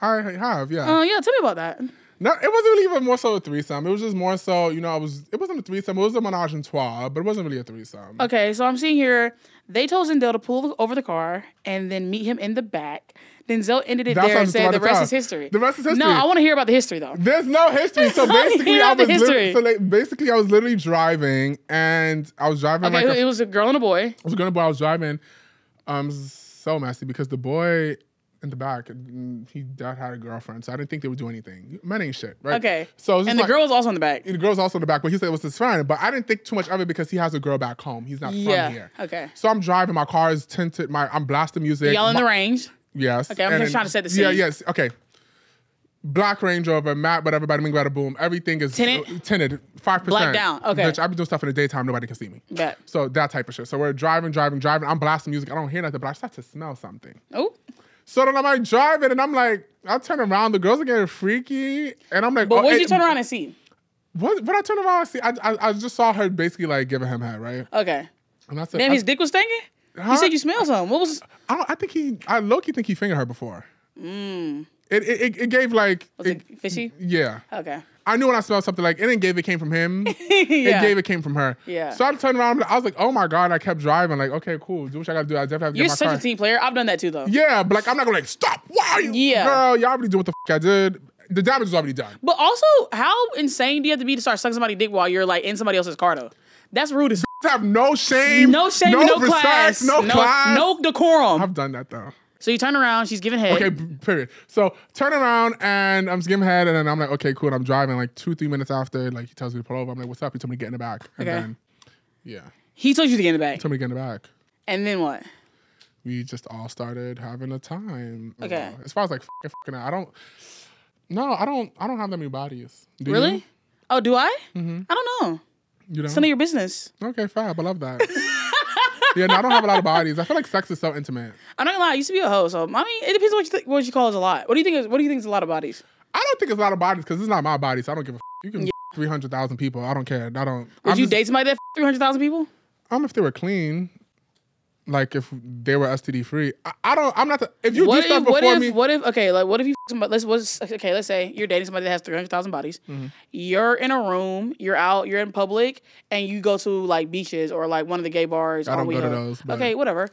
I have, yeah.
Oh yeah, tell me about that.
no, it wasn't really even more so a threesome. It was just more so, you know, I was. It wasn't a threesome. It was a menage a trois, but it wasn't really a threesome.
Okay, so I'm seeing here they told Zendel to pull over the car and then meet him in the back. Then Zell ended it
That's
there
what I
and
was about
said the
to
rest
tell.
is history.
The rest is history. Oh
No, I want to hear about the history though.
There's no history, so
I need
basically
all
I
the
was lit-
history.
so like, basically I was literally driving, and I was driving
Okay,
like a,
it was a girl and a boy.
I was gonna, but I was driving, um, so messy because the boy in the back, mm, he dad had a girlfriend, so I didn't think they would do anything. Men ain't shit, right?
Okay,
So it was just
and the
like-
girl was also in the back.
the girl's also in the back, but he said it was his friend. But I didn't think too much of it because he has a girl back home. He's not
Yeah,
from here.
okay.
So I'm driving. My car is tinted. My I'm blasting music.
Y'all in
my,
the range.
Yes. Okay,
I'm just trying to set the
Yeah,
scene.
yes. Okay. Black Range Rover, Matt, whatever, bada bing, bada boom. Everything is
Tinted?
tinted, five percent.
Blacked out, okay.
Bitch, I be doing stuff in the daytime. Nobody can see me.
Bet.
So that type of shit. So we're driving, driving, driving. I'm blasting music. I don't hear nothing, but I start to smell something.
Oh,
So then I'm like driving, and I'm like, I turn around. The girls are getting freaky, and I'm like,
but
oh,
what did
it-
you turn around and see?
What? When I turned around, I see, I, I, I just saw her basically like giving him head, right?
Okay,
And I said,
damn,
I,
his dick was stinking. You
Huh?
said you smelled something. What was?
I, don't, I think he, I low key think he fingered her before. It, it, it, it gave like,
Mm. Was it, fishy?
yeah.
Okay.
I knew when I smelled something like it didn't give it came from him.
yeah.
It gave it came from her.
Yeah.
So I turned around. I was like, oh my god. I kept driving. Like, okay, cool. Do what I gotta do. I definitely have to
You're
get my
such
car.
a team player. I've done that too though.
Yeah, but like I'm not gonna like stop. Why? are you-
Yeah.
Girl, y'all already doing what the fuck I did. The damage is already done.
But also, how insane do you have to be to start sucking somebody's dick while you're like in somebody else's car though? That's rude as
I have no shame.
No shame, no,
respect,
class,
No, class.
no decorum.
I've done that though.
so you turn around, she's giving head.
Okay, p- period. So turn around and I'm skim head and then I'm like, okay, cool. And I'm driving like two, three minutes after, like he tells me to pull over. I'm like, what's up? He told me to get in the back. And
Okay.
then yeah.
He told you to get in the back,
Told me to Mm-hmm. get in the back.
and then what?
We just all started having a time. you
Okay.
know. As far as like fucking, fucking I don't no, I don't I don't have that many bodies. Do
Really?
You?
Oh, do I? Mm-hmm. I don't know.
You know?
It's none of your business.
Okay, fab. I love that. yeah, no, I don't have a lot of bodies. I feel like sex is so intimate.
I'm not gonna lie. I used to be a hoe, so I mean, it depends on what you th- what you call is a lot. What do you think? Is, what do you think is a lot of bodies?
I don't think it's a lot of bodies because it's not my body, so I don't give a f- You can three hundred thousand people. I don't care. I don't.
Would
I'm
you
just-
date somebody that three hundred thousand people?
Um, if they were clean, like if they were STD free. I, I don't. I'm not. The, if you
what
do stuff
if? What
before
if?
me,
What if? Okay, like what if you f- somebody? Let's what's okay. Let's say you're dating somebody that has three hundred thousand bodies.
Mm-hmm.
You're in a room. You're out. You're in public, and you go to like beaches or like one of the gay bars. I
don't go to those, but-
Okay, whatever.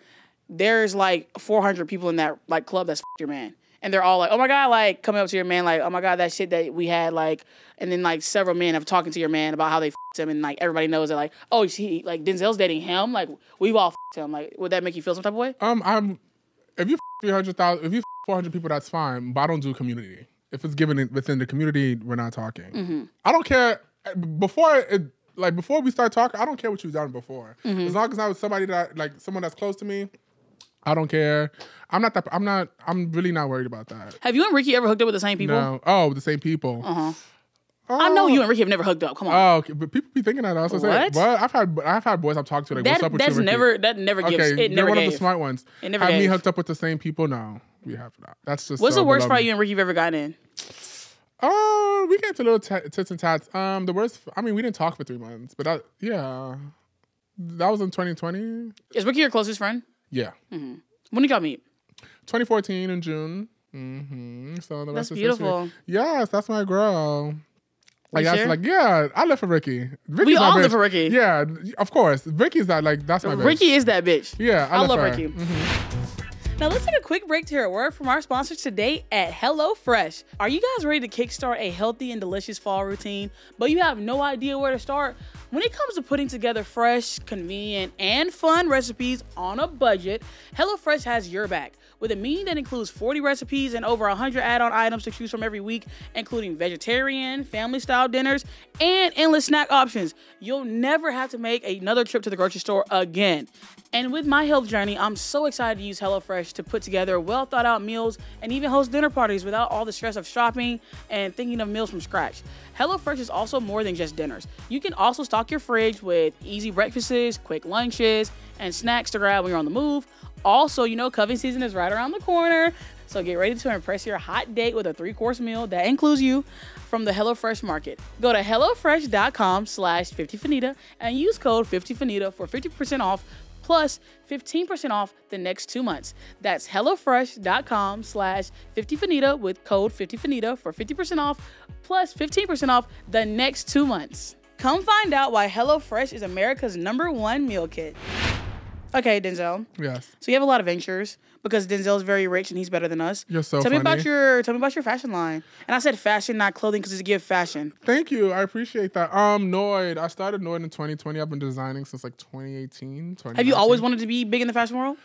There's like four hundred people in that like club that's f- your man. And they're all like, oh my God, like coming up to your man, like, oh my God, that shit that we had, like, and then like several men have talking to your man about how they fed him, and like everybody knows that, like, oh, he, like, Denzel's dating him, like, we've all fed him. Like, would that make you feel some type of way?
um, I'm. If you three hundred thousand, if you four hundred people, that's fine. But I don't do
Mm-hmm.
community. If it's given in- within the community, we're not talking. I don't care. eh, Before it, like before we start talking, I don't care what you was down before.
Mm-hmm.
As long as I was somebody that like someone that's close to me, I don't care. I'm not that. I'm not. I'm really not worried about that.
Have you and Ricky ever hooked up with the same people?
No. Oh, the same people.
Uh-huh. I know you and Ricky have never hooked up. Come on.
Oh, okay. but people be thinking that. I was gonna say,
What?
what? I've had I've had boys I've talked to like, what's
that
up with you?
that's
Ricky?
never that never gives
Okay,
it
you're
never
one
gave.
of the smart ones.
It never
have me
gave.
hooked up with the same people? No, we have not. That's just.
What's
so
the worst
below
fight
me.
you and Ricky have ever gotten in?
Oh, we got to little t- tits and tats. Um, the worst. I mean, we didn't talk for three months, but that yeah, that was in 2020.
Is Ricky your closest friend?
Yeah,
Hmm. When did y'all meet?
2014 in June. hmm So the
That's
rest is
beautiful.
history. Yes, that's my girl. Like
You
that's
sure?
like yeah, I live for Ricky. Ricky's
We
my
all live
bitch.
for Ricky.
Yeah, of course. Ricky's that like that's my bitch.
Ricky is that bitch.
Yeah, I,
I
live
love
for her.
Ricky. Now let's take a quick break to hear a word from our sponsor today at HelloFresh. Are you guys ready to kickstart a healthy and delicious fall routine, but you have no idea where to start? When it comes to putting together fresh, convenient, and fun recipes on a budget, HelloFresh has your back. With a menu that includes 40 recipes and over 100 add on items to choose from every week, including vegetarian, family style dinners, and endless snack options, you'll never have to make another trip to the grocery store again. And with my health journey, I'm so excited to use HelloFresh to put together well thought out meals and even host dinner parties without all the stress of shopping and thinking of meals from scratch. HelloFresh is also more than just dinners. You can also stock your fridge with easy breakfasts, quick lunches, and snacks to grab when you're on the move. Also, you know, coving season is right around the corner. So get ready to impress your hot date with a three-course meal that includes you from the HelloFresh market. Go to HelloFresh.com slash 50finita and use code 50finita for 50% off plus 15% off the next two months. That's HelloFresh.com slash 50finita with code 50finita for 50% off plus 15% off the next two months. Come find out why HelloFresh is America's number one meal kit. Okay, Denzel.
Yes.
So you have a lot of ventures because Denzel's very rich and he's better than us.
You're so
Tell me about
funny.
your tell me about your fashion line. And I said fashion, not clothing, because it's a gift fashion.
Thank you. I appreciate that. Um, Noid. I started Noid in 2020. I've been designing since like 2018.
Have you always
2019.
wanted to be big in the fashion world?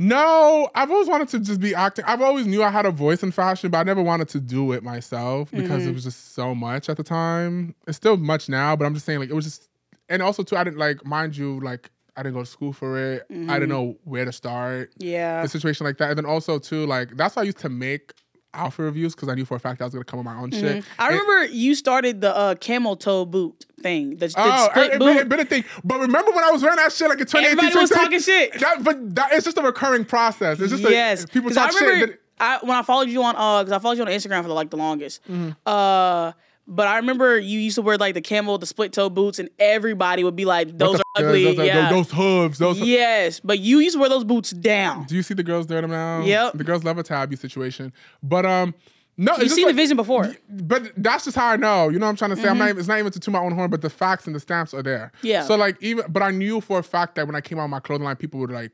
No, I've always wanted to just be acting. I've always knew I had a voice in fashion, but I never wanted to do it myself because
Mm-hmm.
it was just so much at the time. It's still much now, but I'm just saying like it was just and also too I didn't like mind you like I didn't go to school for it. I didn't know where to start.
Mm-hmm. Yeah.
A situation like that. And then also too like that's why I used to make alpha reviews because I knew for a fact I was gonna come up with my own shit.
I
And-
remember you started the uh, camel toe boot thing. The, the
it,
split
Oh, er, it,
boot.
been, it been a thing. But remember when I was wearing that shit like in 2018?
Everybody was talking
2019?
shit.
That, but that, it's just a recurring process. It's just a-
yes.
people
'Cause I
talk shit.
remember
then-
I, when I followed you on uh, because I followed you on Instagram for like the longest.
Mm-hmm.
Uh, but I remember you used to wear like the camel, the split toe boots, and everybody would be like, "Those are
Yeah,
ugly."
Those,
yeah.
those, those hooves. Those.
yes, but you used to wear those boots down.
Do you see the girls doing them now?
Yep.
The girls love a tabby situation, but um, no. it's
You've
just
seen
like-
the vision before.
But that's just how I know. You know what I'm trying to say? I'm not even, it's not even to toot my own horn, but the facts and the stamps are there.
Yeah.
So like even, but I knew for a fact that when I came out of my clothing line, people would like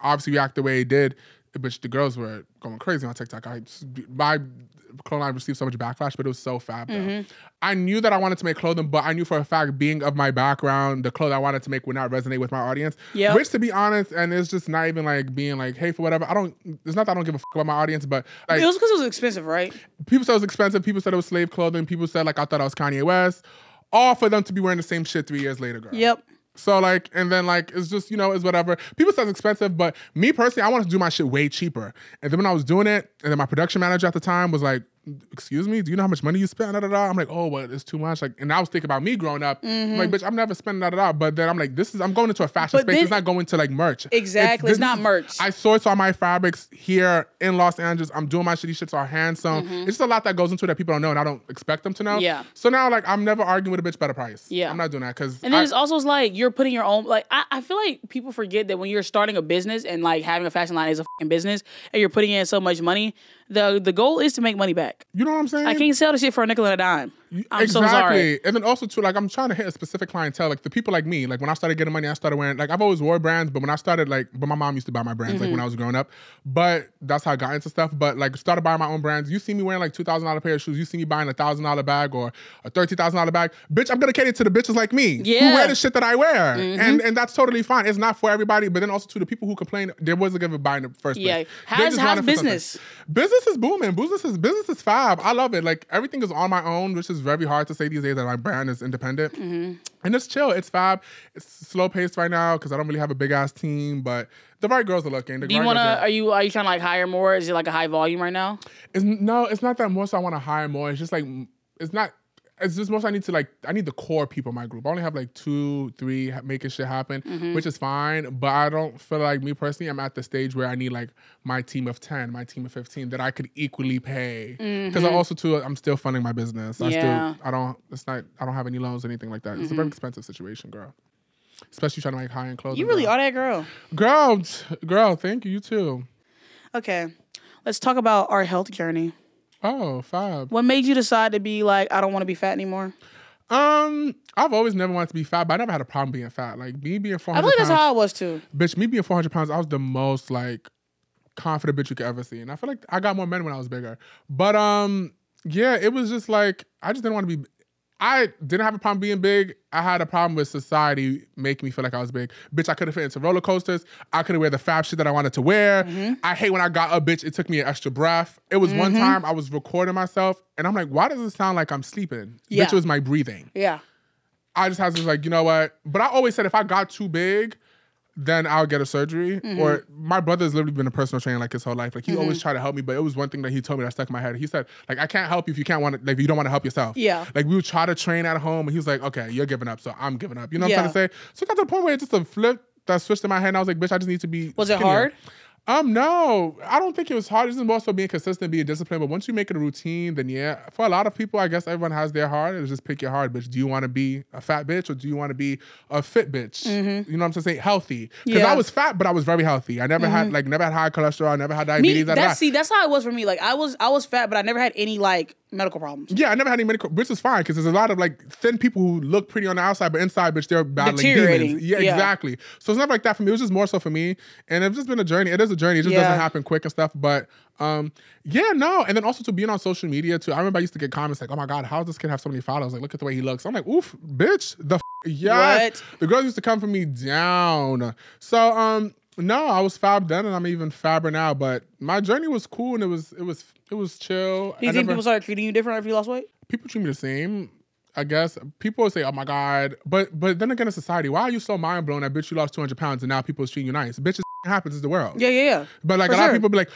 obviously react the way they did. But the girls were going crazy on TikTok. I my clothing line received so much backlash, but it was so fab. Though. I knew that I wanted to make clothing, but I knew for a fact, being of my background, the clothes I wanted to make would not resonate with my audience.
Yep.
Which, to be honest, and it's just not even like being like, hey, for whatever. I don't. It's not that I don't give a fuck about my audience, but like
It was because it was expensive, right?
people said it was expensive. People said it was slave clothing. People said like I thought I was Kanye West. All for them to be wearing the same shit three years later, girl.
Yep.
So like, and then like, it's just you know, it's whatever. People said it's expensive, but me personally, I wanted to do my shit way cheaper. And then when I was doing it, and then my production manager at the time was like, "Excuse me, do you know how much money you spent?" Da, da, da. I'm like, "Oh, well, it's too much." Like, and I was thinking about me growing up. I'm like, bitch, I'm never spending that out. But then I'm like, this is I'm going into a fashion
Mm-hmm. But
space.
then-
it's not going to like merch.
Exactly. It's
this
not
is-
merch.
I source all my fabrics here in Los Angeles. I'm doing my shit. These shits are hand sewn. It's just a lot that goes into it that people don't know, and I don't expect them to know.
Mm-hmm. Yeah.
So now, like, I'm never arguing with a bitch about a price.
Yeah.
I'm not doing that because.
And then it's also like you're putting your own like I, I feel like people forget that when you're starting a business and like having a fashion line is a fucking business and you're putting in so much money, the the goal is to make money back.
You know what I'm saying?
I can't sell the shit for a nickel and a dime. I'm
exactly.
so sorry.
And then also too, like I'm trying to hit a specific clientele, like the people like me. Like when I started getting money, I started wearing like I've always wore brands, but when I started like, but my mom used to buy my brands like
Mm-hmm.
when I was growing up. But that's how I got into stuff. But like started buying my own brands. You see me wearing like two thousand dollar pair of shoes. You see me buying a thousand dollar bag or a thirty thousand dollar bag. Bitch, I'm gonna cater to the bitches like me
Yeah. Mm-hmm.
who wear the shit that I wear, and and that's totally fine. It's not for everybody. But then also to the people who complain, there wasn't gonna buy in the first
Yeah.
place. They
How's-
just
how's
wanted for something.
business?
Business is booming. Business is business is fab. I love it. Like everything is on my own, which is very hard to say these days that my brand is independent.
Mm-hmm.
And it's chill. It's fab. It's slow paced right now because I don't really have a big ass team, but the right girls are looking. The
Do you
right
want to?
girls are-
Are you are you trying to like hire more? Is it like a high volume right now?
It's, no, it's not that most I want to hire more. It's just like it's not. It's just most I need to like. I need the core people in my group. I only have like two, three ha- making shit happen,
Mm-hmm.
which is fine. But I don't feel like me personally. I'm at the stage where I need like my team of ten, my team of fifteen that I could equally pay. Because I also too, I'm still funding my business. I
Mm-hmm. Yeah. Mm-hmm.
still, I don't. It's not. I don't have any loans, or anything like that. It's a very expensive situation, girl. Especially trying to like high end clothes.
You really
girl.
are that girl.
girl, t- girl. Thank you. You too.
Okay, let's talk about our health journey.
Oh, fab.
What made you decide to be like I don't want to be fat anymore?
Um, I've always never wanted to be fat, but I never had a problem being fat. Like me being four
I
hundred
believe
pounds,
that's how I was too.
bitch. Me being four hundred pounds, I was the most like confident bitch you could ever see, and I feel like I got more men when I was bigger. But um, yeah, it was just like I just didn't want to be. I didn't have a problem being big. I had a problem with society making me feel like I was big. Bitch, I couldn't fit into roller coasters. I couldn't wear the fab shit that I wanted to wear.
Mm-hmm.
I hate when I got up, bitch. It took me an extra breath. It was one time I was recording myself, and I'm like, why does it sound like I'm sleeping?
Yeah.
Bitch, it was my breathing.
Yeah.
I just had to like, you know what? But I always said if I got too big, then I'll get a surgery.
Mm-hmm.
Or my brother's literally been a personal trainer like his whole life. Like he always tried to help me, but it was one thing that he told me that stuck in my head. He said, like, I can't help you if you can't want to, like, if you don't want to help yourself.
Yeah.
Like we would try to train at home, and he was like, okay, you're giving up, so I'm giving up. You know what I'm
Yeah.
trying to say? So it got to the point where it just a flip that switched in my head, and I was like, bitch, I just need to be.
Was it
skinnier.
hard?
Um, no, I don't think it was hard. This is more so being consistent, being disciplined. But once you make it a routine, then yeah, for a lot of people, I guess everyone has their hard. It's just pick your hard, bitch. Do you want to be a fat bitch or do you want to be a fit bitch? You know what I'm saying? Healthy. Because
Mm-hmm. Yeah. Mm-hmm.
I was fat, but I was very healthy. I never had like never had high cholesterol. I never had
Me,
diabetes. da, da, da.
that's see, that's how it was for me. Like I was I was fat, but I never had any like medical problems.
Yeah, I never had any medical, which is fine because there's a lot of like thin people who look pretty on the outside, but inside, bitch, they're battling
Deteriorating.
demons. Yeah,
Yeah.
exactly. So it's never like that for me. It was just more so for me, and it's just been a journey. It is a journey. It just
Yeah.
doesn't happen quick and stuff. But um, yeah, no. And then also to being on social media too. I remember I used to get comments like, "Oh my god, how does this kid have so many followers? Like, look at the way he looks." I'm like, "Oof, bitch, the f- yes." The girls used to come for me down. So um. No, I was fab then, and I'm even fabber now. But my journey was cool, and it was it was it was chill.
Do
I
you think
never-
people started treating you different after you lost weight?
people treat me the same. I guess people would say, "Oh my god," but but then again, in society, why are you so mind blown that bitch you lost two hundred pounds and now people is treating you nice? Bitches happens is the world.
Yeah, yeah, yeah.
But like
for
a lot
sure.
of people be like,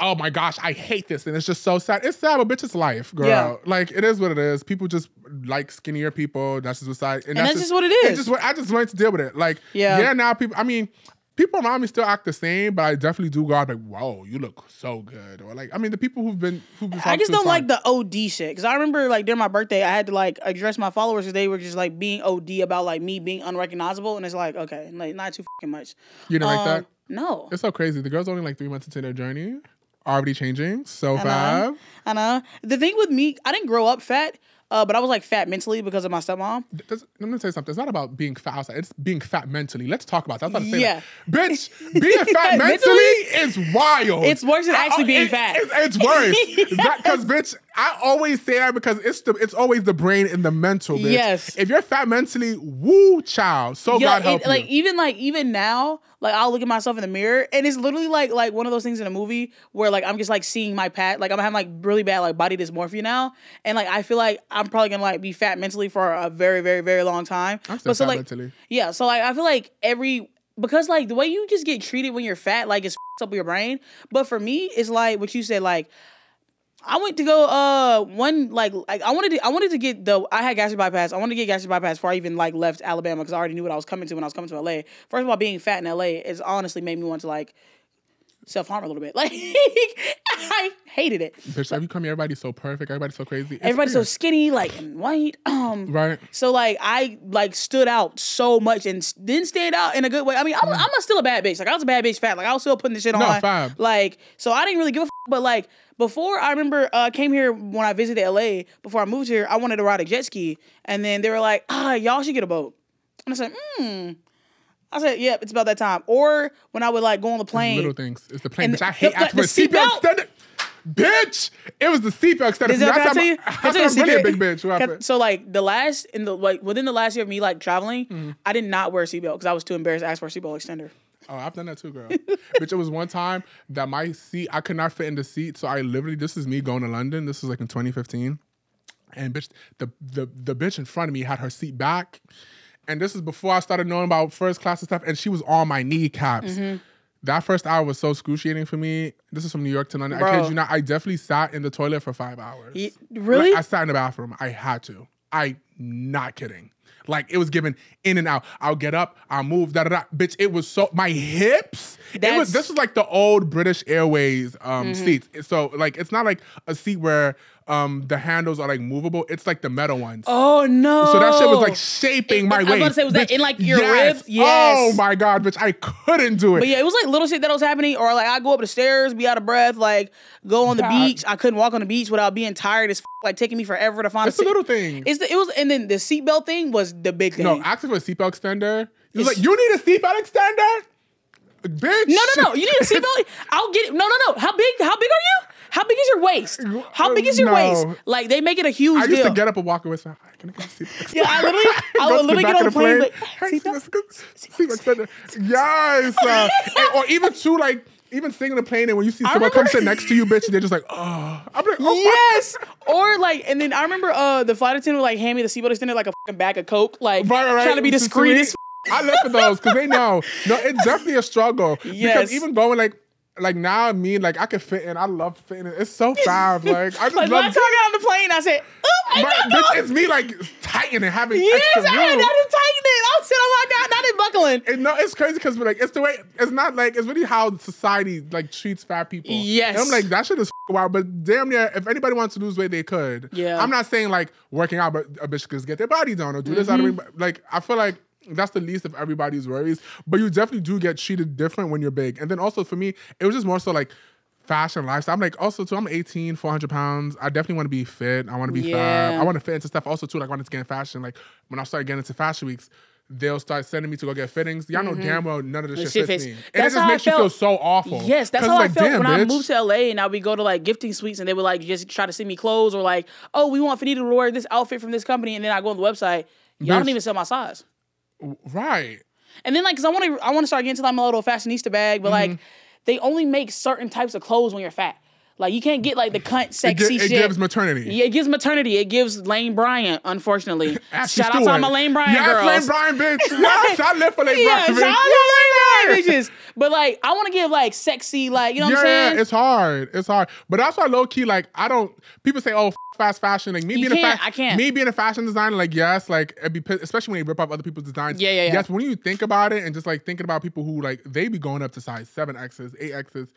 "Oh my gosh, I hate this," and it's just so sad. It's sad, but bitch, it's life, girl.
Yeah.
Like it is what it is. People just like skinnier people. That's just what society. And,
that's just what it is.
It's just what I just learned to deal with it. Like
Yeah.
yeah, Now people, I mean. People around me still act the same, but I definitely do go out like, "Whoa, you look so good," or like, I mean, the people who've been who've been.
I
talking
just
to
don't
us
like the OD shit. Cause I remember like during my birthday, I had to like address my followers because they were just like being OD about like me being unrecognizable, and it's like okay, like not too fucking much.
you know like
Um,
that.
No,
It's so crazy. The girl's only like three months into their journey, already changing. So fab.
I know. uh, The thing with me, I didn't grow up fat, uh, but I was like fat mentally because of my stepmom.
That's- I'm gonna tell you something. It's not about being fat outside. It's being fat mentally. Let's talk about that. I was about to say
Yeah.
that. Bitch, being fat mentally is wild.
It's worse than
I-
actually being
it-
fat.
It's, it's worse. Because bitch, I always say that because it's the it's always the brain and the mental. Bitch.
Yes.
If you're fat mentally, woo child. So
Yeah,
God
it-
help you.
like even like even now, like I'll look at myself in the mirror, and it's literally like like one of those things in a movie where like I'm just like seeing my pat, like I'm having like really bad like body dysmorphia now, and like I feel like I'm probably gonna like be fat mentally for a very very very long time.
I'm still
so
fat
like
mentally.
yeah, so like I feel like every because like the way you just get treated when you're fat, like it's f- up your brain. But for me, it's like what you said, like. I went to go uh one like like I wanted to I wanted to get the I had gastric bypass I wanted to get gastric bypass before I even like left Alabama because I already knew what I was coming to when I was coming to LA. First of all, being fat in LA is honestly made me want to like self harm a little bit. Like I hated it.
bitch, every come here, everybody's so perfect. Everybody's so crazy. It's
Everybody's so
weird.
skinny, like and white. Um,
right.
so like I like stood out so much and s- didn't stand out in a good way. I mean, I'm, I'm still a bad bitch. Like I was a bad bitch fat. Like I was still putting this shit
Mm. No,
on.
fab.
Like so I didn't really give a f- but like before I remember uh, I came here when I visited LA before I moved here. I wanted to ride a jet ski and then they were like, ah, y'all should get a boat. And I said, hmm. I said, yep, it's about that time. Or when I would like go on the plane.
Little things. It's the plane.
And
Bitch, I
the-
hate
the-
after
the
my seatbelt
seatbelt?
extended. Bitch, it was the seatbelt extended.
Denzel, can I tell
That's how
you?
I'm-
can I
that's
tell you a
how I'm really a
secret?
big bitch. What
Can-
happened?
So like the last in the like within the last year of me like traveling,
Mm-hmm.
I did not wear a seatbelt because I was too embarrassed to ask for a seatbelt extender.
Oh, I've done that too, girl. Bitch, it was one time that my seat, I could not fit in the seat. So I literally, this is me going to London. This was like in 2015. and bitch, the the the bitch in front of me had her seat back, and this is before I started knowing about first class and stuff, and she was on my kneecaps.
Mm-hmm.
That first hour was so excruciating for me. This is from New York to London. I
Bro.
kid you not. I definitely sat in the toilet for five hours.
Ye- really?
Like, I sat in the bathroom. I had to. I not kidding. Like it was given in and out. I'll get up. I'll move. Da da da. Bitch, it was so my hips. It was.
That's- Mm-hmm.
This was like the old British Airways um, seats. So like it's not like a seat where um, the handles are like movable. It's like the metal ones.
oh no.
So that shit was like shaping
Oh. It-
my
I was
waist.
about to say, was that
bitch.
in, like, your
Yes.
ribs? Yes.
Oh my god, bitch! I couldn't do it.
But yeah, it was like little shit that was happening, or like I go up the stairs, be out of breath, like go on the
Yeah.
beach. I couldn't walk on the beach without being tired as f- like taking me forever to find
It's
a
the
seat.
little things.
It's the, it was, and then the seatbelt thing was the big thing.
no, asking for a seatbelt extender. It
It's-
was like you need a seatbelt extender, bitch.
No, no, no. You need a seatbelt. I'll get it. No, no, no. How big? How big are you? How big is your waist? How big is your
No.
waist? Like they make it a huge
I
deal.
used to get up and walk away. So I can I get a seatbelt extender.
yeah, I literally, I
Go
would
to the
literally
back
get on the
of
plane. Like,
Hey,
seatbelt?
seatbelt extender. Yes, uh, and- or even too like even sitting in the plane and when you see someone come
remember-
sit next to you, bitch, and they're just like, oh, I'm like, oh
Yes. Or like, and then I remember uh the flight attendant would like hand me the seatbelt extender like a fucking bag of coke, like
Right, right, right.
trying to be
It's
discreet
sweet.
as. F-
I look for those because they know. No, it's definitely a struggle.
Yes.
Because even going like like now me like I can fit in. I love fitting. in. It's so fab. Like I just
like
love.
last time I got on the plane, I said, "Oh my
my,
god."
bitch, it's me like tightening and having
Yes, I
extra room.
had that in tightening. I said, "Oh my god, not in buckling."
And no, it's crazy because like it's the way it's not like it's really how society like treats fat people.
Yes.
and I'm like that shit is f- wild. But damn near, if anybody wants to lose weight, they could.
Yeah.
I'm not saying like working out, but a bitch could just get their body done or do this. I don't
Mm-hmm.
mean, like I feel like that's the least of everybody's worries. But you definitely do get treated different when you're big. And then also for me, it was just more so like. Fashion lifestyle. I'm like also too. I'm 18, 400 pounds. I definitely want to be fit. I want to be fat.
Yeah.
I want to fit into stuff also too. Like when it's getting fashion, like when I started getting into fashion weeks, they'll start sending me to go get fittings. Y'all know damn well none of this shit,
Mm-hmm. shit
fits me,
fits-
and
That's
it
how
just
I
makes you feel
felt.
so awful.
Yes, that's
'Cause
how
like,
I felt
damn,
when I
bitch.
moved to LA and I would go to like gifting suites and they would like just try to send me clothes or like, oh, we want Fanita to wear this outfit from this company, and then I go on the website, y'all don't
Bitch.
even sell my size.
Right.
And then like, cause I want to, I want to start getting to like my little fashionista bag, but like,
Mm-hmm.
they only make certain types of clothes when you're fat. Like you can't get like the cunt
It, gi-
sexy
it
shit.
gives maternity.
yeah, it gives maternity. It gives Lane Bryant, unfortunately.
Ashley
Shout out to all
Stewart.
my Lane Bryant
yes,
girls.
Lane Bryant, bitch. Yes, I live for Lane
yeah,
Bryant,
shout out
bitch.
to Lane Bryant bitches. But like, I want to give like sexy, like you know what I'm
yeah,
saying?
it's hard. It's hard. But that's why low key, like, I don't. People say, "Oh, f- fast fashion." Like me
You
being a
can't,
fa-
I can't.
Me being a fashion designer, like, yes, like, it'd be pissed, especially when they rip off other people's designs.
Yeah, yeah, yeah.
Yes, when you think about it, and just like thinking about people who like they be going up to size seven X's, eight X's.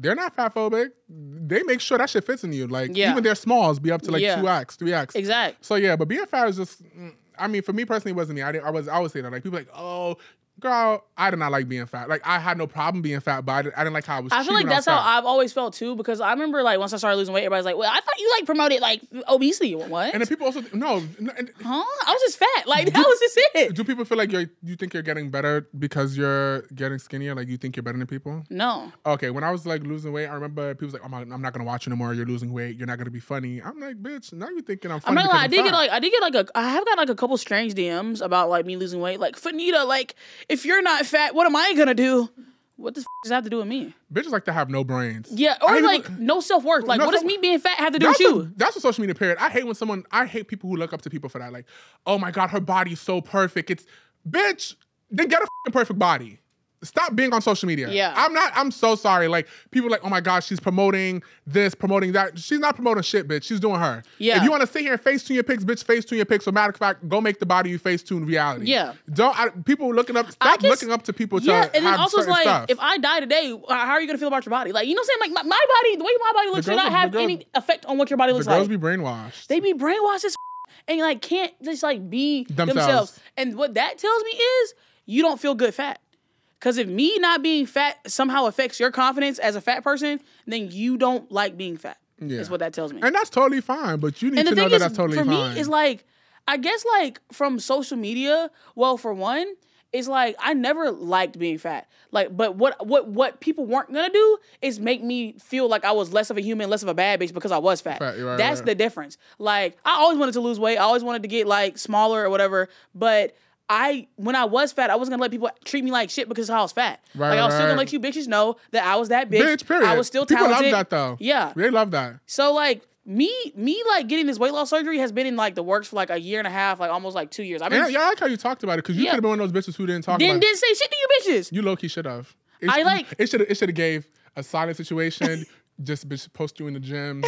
They're not fat phobic. They make sure that shit fits in you. Like
Yeah.
even their smalls be up to like
Yeah.
two X, three X.
Exact.
So yeah, but being fat is just. mm, I mean, for me personally, it wasn't me. I didn't. I was. I always say that. Like people like, oh, girl, I did not like being fat. Like I had no problem being fat, but I didn't, I didn't like how I was.
I feel like
treated when
that's
was
how
fat.
I've always felt too, because I remember like once I started losing weight, everybody's like, "Well, I thought you like promoted like obesity. What?
And then people also no. no, and
huh? I was just fat. Like that was just it.
do people feel like you are you think you're getting better because you're getting skinnier? Like you think you're better than people?
No,
Okay, when I was like losing weight, I remember people was like, "I'm not, I'm not gonna watch you anymore. You're losing weight. You're not gonna be funny." I'm like, "Bitch, now you're thinking I'm
I'm
funny."
not gonna
because
lie. I
I'm
did get
fat."
like I did get like a I have got like a couple strange DMs about like me losing weight. Like Fanita, like if you're not fat, what am I gonna do? What the f- does that have to do with me?
bitches like to have no brains.
Yeah, or
I hate
like
when-
no self worth. Like
No
what does
self-
me being fat have to do
That's
with
a,
you?
that's a social media period. I hate when someone. I hate people who look up to people for that. Like, oh my god, her body's so perfect. It's bitch. Then get a fing perfect body. Stop being on social media.
Yeah.
I'm not. I'm so sorry. Like people, are like, oh my god, she's promoting this, promoting that. She's not promoting shit, bitch. She's doing her.
Yeah.
If you want to sit here and face tune your pics, bitch, face tune your pics. So matter of fact, go make the body you face tune reality.
Yeah.
Don't I, people looking up. Stop
just-
looking up to people. To
yeah, and then
have
also it's
certain
like,
stuff.
if I die today, uh, how are you gonna feel about your body? Like, you know what I'm saying? Like, my, my body, the way my body looks, should
girls
not
be- the
have
girls-
any effect on what your body
the
looks
girls
like.
be brainwashed.
they be brainwashed as f- and like can't just like be themselves.
Themselves.
And what that tells me is you don't feel good fat. Cause if me not being fat somehow affects your confidence as a fat person, then you don't like being fat.
Yeah.
Is what that tells me.
and that's totally fine, but you need
And
to
the
know
thing
that
is,
that's totally
for
fine.
me, is like, I guess like from social media. Well, for one, it's like I never liked being fat. Like, but what what what people weren't gonna do is make me feel like I was less of a human, less of a bad bitch because I was fat.
Fat, right,
That's
right.
the difference. Like, I always wanted to lose weight. I always wanted to get like smaller or whatever, but. I when I was fat, I wasn't gonna let people treat me like shit because I was fat.
Right,
like I was still gonna
right.
let you bitches know that I was that bitch.
bitch, period.
I was still
People
talented.
love that though.
Yeah.
They love that.
So like me me like getting this weight loss surgery has been in like the works for like a year and a half, like almost like two years. I mean,
And yeah, I like how you talked about it because you
Yeah.
could have been one of those bitches who didn't talk
didn't
about it.
didn't say shit to you bitches.
You low key should have. It-
I like-
It should. It should have gave a silent situation. just bitch post you in the gym.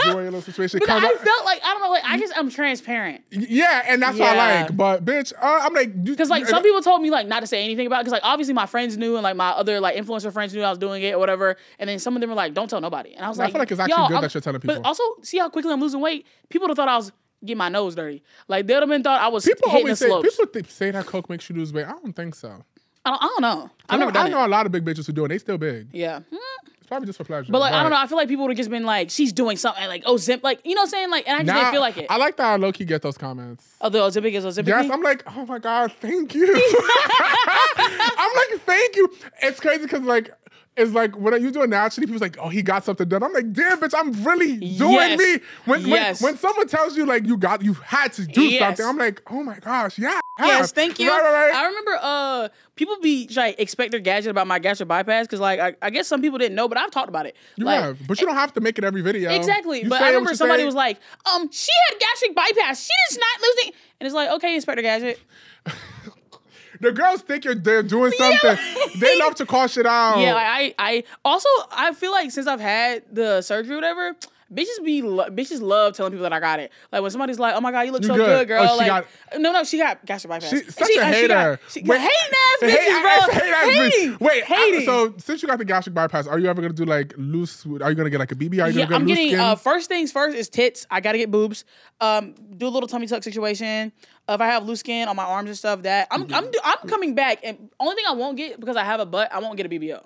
Enjoy your little situation.
But
Come
I
out-
felt like I don't know, like I just I'm transparent.
yeah, and that's what
Yeah.
I like. But bitch, uh, I'm like,
Cause like some people told me like not to say anything about it. Cause like obviously my friends knew and like my other like influencer friends knew I was doing it or whatever. And then some of them were like, don't tell nobody. And I was
I
like,
feel like it's actually
"Y'all,
good
I'm-"
that you're telling
But
people.
also see how quickly I'm losing weight. People would have thought I was getting my nose dirty. Like they'd have been thought I was
People
hitting the
always say
slopes.
people think, say that coke makes you lose weight. I don't think so.
I, don't, I don't know.
I
I've never
know, I
done
know
it.
a lot of big bitches who do it. They still big.
Yeah. Hmm?
It's probably just for pleasure.
But like I don't know. I feel like people would have just been like, she's doing something like oh zip like you know what I'm saying like and I just
Now,
didn't feel like it.
I like that I low key get those comments.
Although Ozempic is Ozempic.
Yes, I'm like, oh my God, thank you. I'm like, thank you. It's crazy because like, it's like when you do it naturally, people's like, oh, he got something done. I'm like, damn, bitch, I'm really doing
Yes.
me. When,
Yes.
when when someone tells you like you got you had to do
Yes.
something, I'm like, oh my gosh, yeah. I
Yes,
have."
thank you.
Right, right, right.
I remember uh people be like expect their gadget about my gastric bypass because like I, I guess some people didn't know, but I've talked about it.
you
like,
have, but you don't have to make it every video.
Exactly.
You
but
say
I
what
remember
you
somebody
say.
was like, um, she had gastric bypass. She is not losing and it's like, okay, Inspector Gadget.
the girls think you're they're doing something. they love to call shit out.
Yeah, I, I I also I feel like since I've had the surgery or whatever, bitches be lo- bitches love telling people that I got it. Like when somebody's like, "Oh my god, you look
You
so
good.
good, girl."
Oh,
like
she got-
no, no, she got gastric bypass.
She,
And
such a
and
hater.
She got, she, hating ass bitches, bro.
Hate ass
Hating.
bitch. Wait, I-
hating.
so since you got the gastric bypass, are you ever gonna do like loose? Are you gonna get like a BB? Are you
Yeah,
gonna get
I'm
loose
getting
skin?
uh, first things first is tits. I gotta get boobs. Um, do a little tummy tuck situation. Uh, If I have loose skin on my arms and stuff, that I'm I'm do, I'm coming back. And only thing I won't get because I have a butt, I won't get a BBL. I'll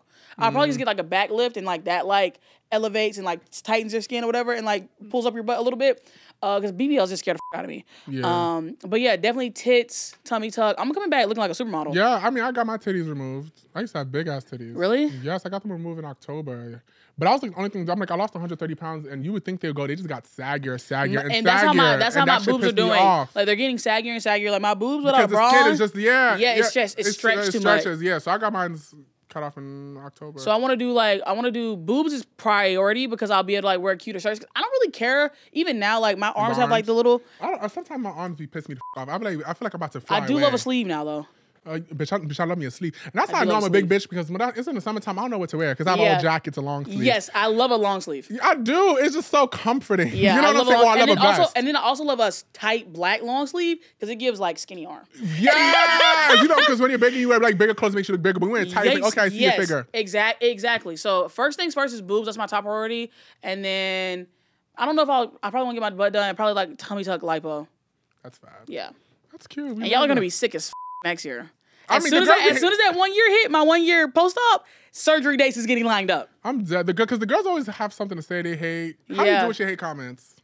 probably
Mm-hmm.
just get like a back lift and like that like elevates and like tightens your skin or whatever and like pulls up your butt a little bit. Uh, because BBLs just scared the f- out of me.
Yeah.
Um, but yeah, definitely tits, tummy tuck. I'm coming back looking like a supermodel.
yeah, I mean, I got my titties removed. I used to have big ass titties.
Really?
Yes, I got them removed in October. But I was like, the only thing I'm like, I lost 130 pounds, and you would think they'd go. They just got saggier, saggier, and,
And that's how my
saggier,
that's how
and
my
that shit
boobs are
pissed me
doing.
off.
Like they're getting saggier and saggier. Like my boobs without
because
a
the skin
bra.
is just yeah,
Yeah, it's just- it's stretched too much.
stretches, Yeah, so I got mine cut off in October.
So I want to do like I want to do boobs is priority because I'll be able to like wear cuter shirts. 'Cause I don't really care even now. Like my arms have like
Barnes.
the little.
I don't, sometimes my arms be pissing me the f- off. I'm like, I feel like I'm about to fly
I do
away.
love a sleeve now though.
Uh, bitch, I, bitch, I love me a sleeve. And that's how I
do
know I'm
love
a big bitch because when I, it's in the summertime, I don't know what to wear because I have
Yeah.
all jackets and long sleeves.
Yes, I love a long sleeve.
I do. It's just so comforting.
Yeah,
you know
I
what I'm
love
saying?
a long,
Oh, I love
and
a
then also
vest.
and then I also love a s- tight black long sleeve because it gives like skinny arm.
yeah, you know, because when you're bigger, you wear like bigger clothes, makes you look bigger. But when you're tight, it's like, okay, I see
yes,
your figure.
Exact, exactly. So first things first is boobs. That's my top priority, and then I don't know if I'll I probably want to get my butt done. Probably like tummy tuck lipo.
That's fine.
Yeah.
That's cute. We
And y'all are
love
gonna be
it.
sick as f- next year.
I
As,
mean,
soon, as,
the
that,
girls-
as soon as that one year hit, my one year post op surgery dates is getting lined up.
I'm dead. Because the, girls always have something to say they hate. How do you
Yeah.
do with your hate comments?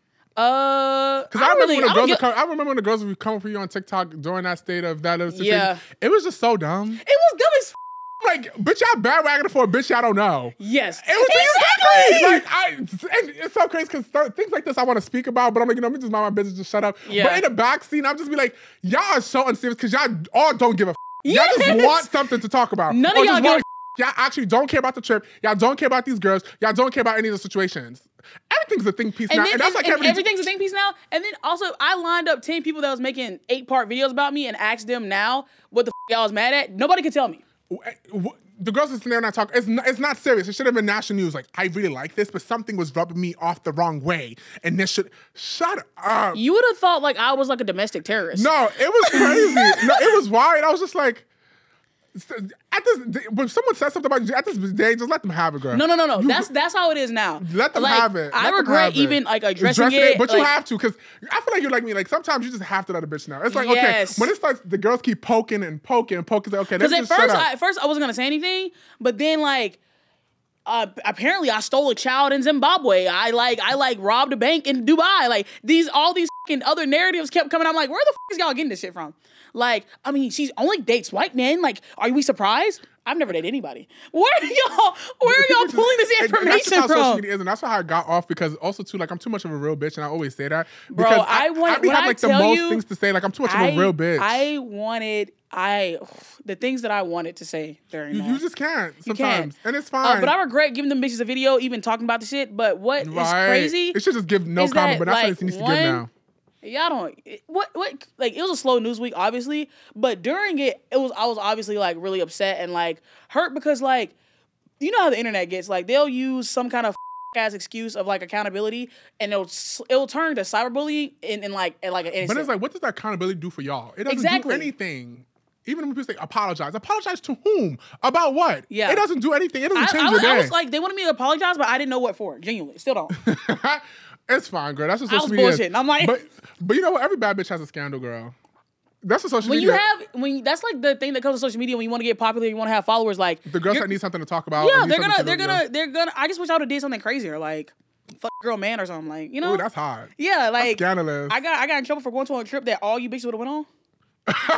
Uh,
Because I, remember
really,
when the
I
girls
don't
were
get-
com- I remember when the girls were coming for you on TikTok during that state of that little situation.
Yeah.
It was just so dumb.
it was dumb as f-
I'm like, bitch, y'all bandwagoning for a bitch y'all don't know.
yes.
It was exactly. Like I, and it's so crazy because things like this I want to speak about, but I'm like, you know, let me just mind my business, just shut up.
Yeah.
But in the back scene, I'm just be like, y'all are so unserious because y'all all don't give a. F- Y'all just
Yes.
want something to talk about.
None of
Or
y'all
just
give a
want Y'all actually don't care about the trip. Y'all don't care about these girls. Y'all don't care about any of the situations. Everything's a think piece
And,
now,
then,
and that's why I
and-
can't
and
really-
everything's a thing piece now. And then also, I lined up 10 people that was making eight part videos about me and asked them now what the f- y'all was mad at. Nobody could tell me.
w- w- the girls are sitting there not talking. It's not, it's not serious. It should have been national news. Like I really like this, but something was rubbing me off the wrong way, and this should shut up.
You would have thought like I was like a domestic terrorist.
No, it was crazy. no, it was wild. I was just like, at this, when someone says something about you, at this day, just let them have it, girl.
No, no, no, no.
You-
That's that's how it is now.
let them
Like,
have it.
I
Let them
regret
have it.
even like addressing,
Addressing
it,
but you
like-
have to because I feel like you're like me. Like sometimes you just have to let a bitch know. It's like
Yes.
okay, when it starts, the girls keep poking and poking and poking. It's like, okay,
Because
let
at
just shut
first,
up.
I, at first I wasn't gonna say anything, but then like, uh, apparently I stole a child in Zimbabwe. I like I like robbed a bank in Dubai. Like these all these fucking other narratives kept coming. I'm like, where the fuck is y'all getting this shit from? Like, I mean, she's only dates white men. Like, are we surprised? I've never dated anybody. Where are y'all? Where are y'all pulling this
And- and that's just
information
how social
from?
media is, and that's how I got off because also too, like I'm too much of a real bitch, and I always say that.
Bro,
because
I want-
I be
when
having
I
like the
tell
most
you,
things to say. Like I'm too much
I,
of a real bitch.
I wanted I the things that I wanted to say during
you,
that.
you just can't
You can't.
sometimes, and it's
Uh,
fine.
but I regret giving them bitches a video, even talking about the shit. But what is
Right.
crazy?
It should just give no
is
comment,
that,
but that's
like,
what it needs to
one-
give now.
Y'all don't it- what what like it was a slow news week, obviously, but during it, it was I was obviously like really upset and like hurt because like you know how the internet gets like they'll use some kind of ass excuse of like accountability and it'll s- it'll turn to cyberbullying in, in like in like an
But
instant.
it's like, what does that accountability do for y'all? It doesn't
Exactly.
do anything. Even when people say apologize, apologize to whom? About what?
Yeah.
It doesn't do anything. It doesn't
I,
change
I
your
was,
day.
I was like they wanted me to apologize, but I didn't know what for. Genuinely, still don't.
it's fine, girl. That's what
I
social
was
media is.
bullshitting. I'm like-
but but you know what? Every bad bitch has a scandal, girl. That's what social
when you
media.
have when that's like the thing that comes to social media when you want to get popular, you want to have followers. Like
the girls
you're-
that need something to talk about. or
yeah,
need
they're
something
gonna
to
they're
look
gonna they're gonna. I just wish I would have did something crazier, like fuck girl man or something, like you
at.
know.
Ooh, that's hot.
yeah, like
Scandalous.
I got I got in trouble for going to a trip that all you bitches would have went on.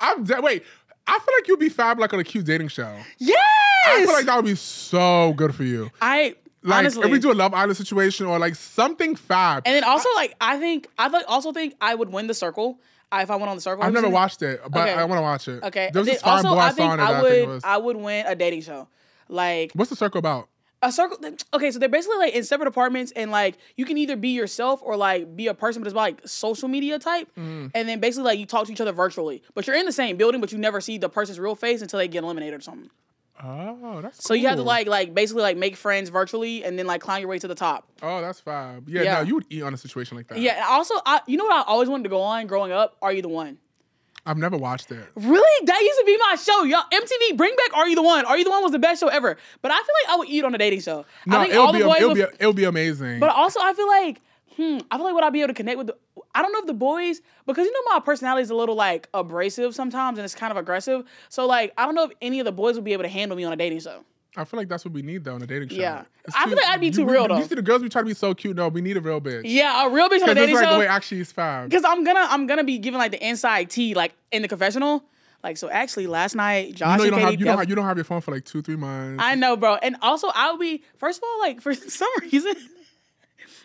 I'm de- wait. I feel like you'd be fab like on a cute dating show.
Yes,
I feel like that would be so good for you.
I
Like
honestly.
if we do a Love Island situation or like something fab.
and then also like I think I like also think I would win the circle I, if I went on the circle.
I've never
obviously.
watched it, but
Okay.
I want to watch it.
Okay,
There was
Then
this fine
also
boy I
I
saw
think
on it. that
I
I think it
would
was.
I would win a dating show. Like
What's the circle about?
a circle. Okay, so they're basically like in separate apartments, and like you can either be yourself or like be a person, but it's about like social media type.
Mm.
And then basically like you talk to each other virtually, but you're in the same building, but you never see the person's real face until they get eliminated or something.
Oh, that's
So you have to
cool.
like like basically like make friends virtually, and then like climb your way to the top.
Oh, that's fab. Yeah,
Yeah.
no, you would eat on a situation like that.
Yeah. and also, I you know what I always wanted to go on growing up? Are you the one?
I've never watched it.
Really? That used to be my show, y'all. MTV, bring back Are You the One? Are You the One was the best show ever. But I feel like I would eat on a dating show.
No,
I think
it'll
all
be,
the boys
it'll,
would
be it'll be amazing.
But also, I feel like, hmm, I feel like would I be able to connect with the, I don't know if the boys, because you know my personality is a little like abrasive sometimes and it's kind of aggressive. So like, I don't know if any of the boys would be able to handle me on a dating show.
I feel like that's what we need though on a dating show.
Yeah.
It's
I feel like I'd be
you-
too
we-
real,
you
though.
see the girls we try to be so cute. No, we need a real bitch.
Yeah, a real bitch on a
Because that's
dating
like the way
show.
actually is fab.
Because I'm gonna, I'm gonna be giving like the inside tea, like in the confessional. Like, so actually last night,
You
Josh
know you
and
don't
Katie.
have you don't have, you don't have your phone for like two three months.
I know, bro. And also, I'll be first of all, like for some reason,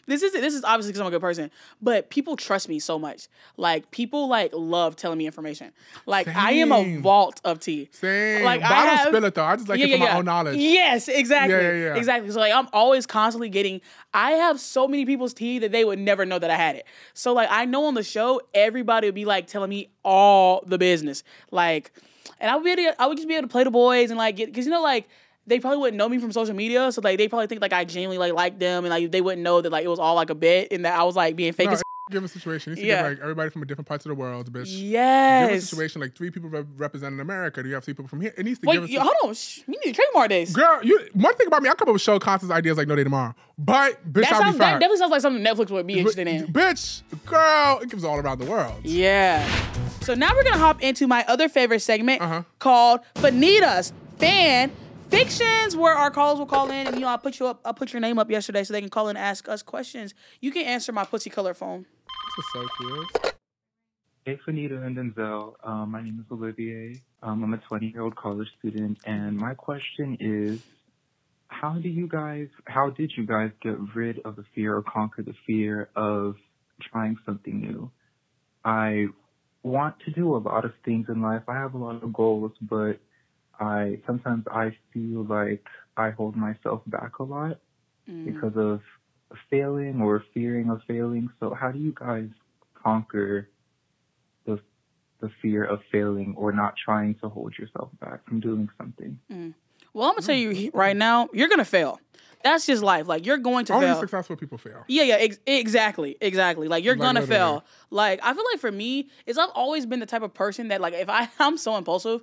this is this is obviously because I'm a good person, but people trust me so much. Like people like love telling me information. Like I am a
Same.
vault of tea.
Same.
Like,
but
I
I, don't
have-
spill it though. I just like it for my own knowledge.
Yes, exactly.
Yeah, yeah, yeah.
Exactly. So like I'm always constantly getting I have so many people's tea that they would never know that I had it. So like I know on the show everybody would be like telling me all the business. Like and I would be able to, I would just be able to play the boys and like get cuz you know like they probably wouldn't know me from social media, so like they probably think like I genuinely like like them, and like they wouldn't know that like it was all like a bit, and that I was like being fake.
No,
as
it's a given situation. You see
Yeah.
like everybody from a different parts of the world, bitch. Given
yes.
situation like three people rep- representing America. Do you have three people from here? It needs to give
Wait,
us.
you, hold on. Shh, we need trademark days.
Girl, you one thing about me, I come up with show concepts ideas like no day tomorrow. But bitch,
that
I'll
sounds
be
that
fine.
definitely sounds like something Netflix would be interested in.
Bitch, girl, it gives all around the world.
Yeah. So now we're gonna hop into my other favorite segment
Uh-huh.
called Fanitas Fan Fictions, where our callers will call in and you know I put you up, I put your name up yesterday so they can call in and ask us questions. You can answer my pussy color phone.
This is so cute.
Hey, Fanita and Denzel. Um, my name is Olivier. Um, I'm a 20 year old college student, and my question is how do you guys, how did you guys get rid of the fear or conquer the fear of trying something new? I want to do a lot of things in life. I have a lot of goals, but I sometimes I feel like I hold myself back a lot
Mm.
because of failing or fearing of failing. So how do you guys conquer the the fear of failing or not trying to hold yourself back from doing something?
Well, I'm gonna tell you right now, you're gonna fail. That's just life. Like you're going to
Only
fail.
successful people fail.
Yeah, yeah, ex- exactly, exactly. Like you're
Like,
gonna
literally.
fail. Like I feel like for me, is I've always been the type of person that like if I I'm so impulsive,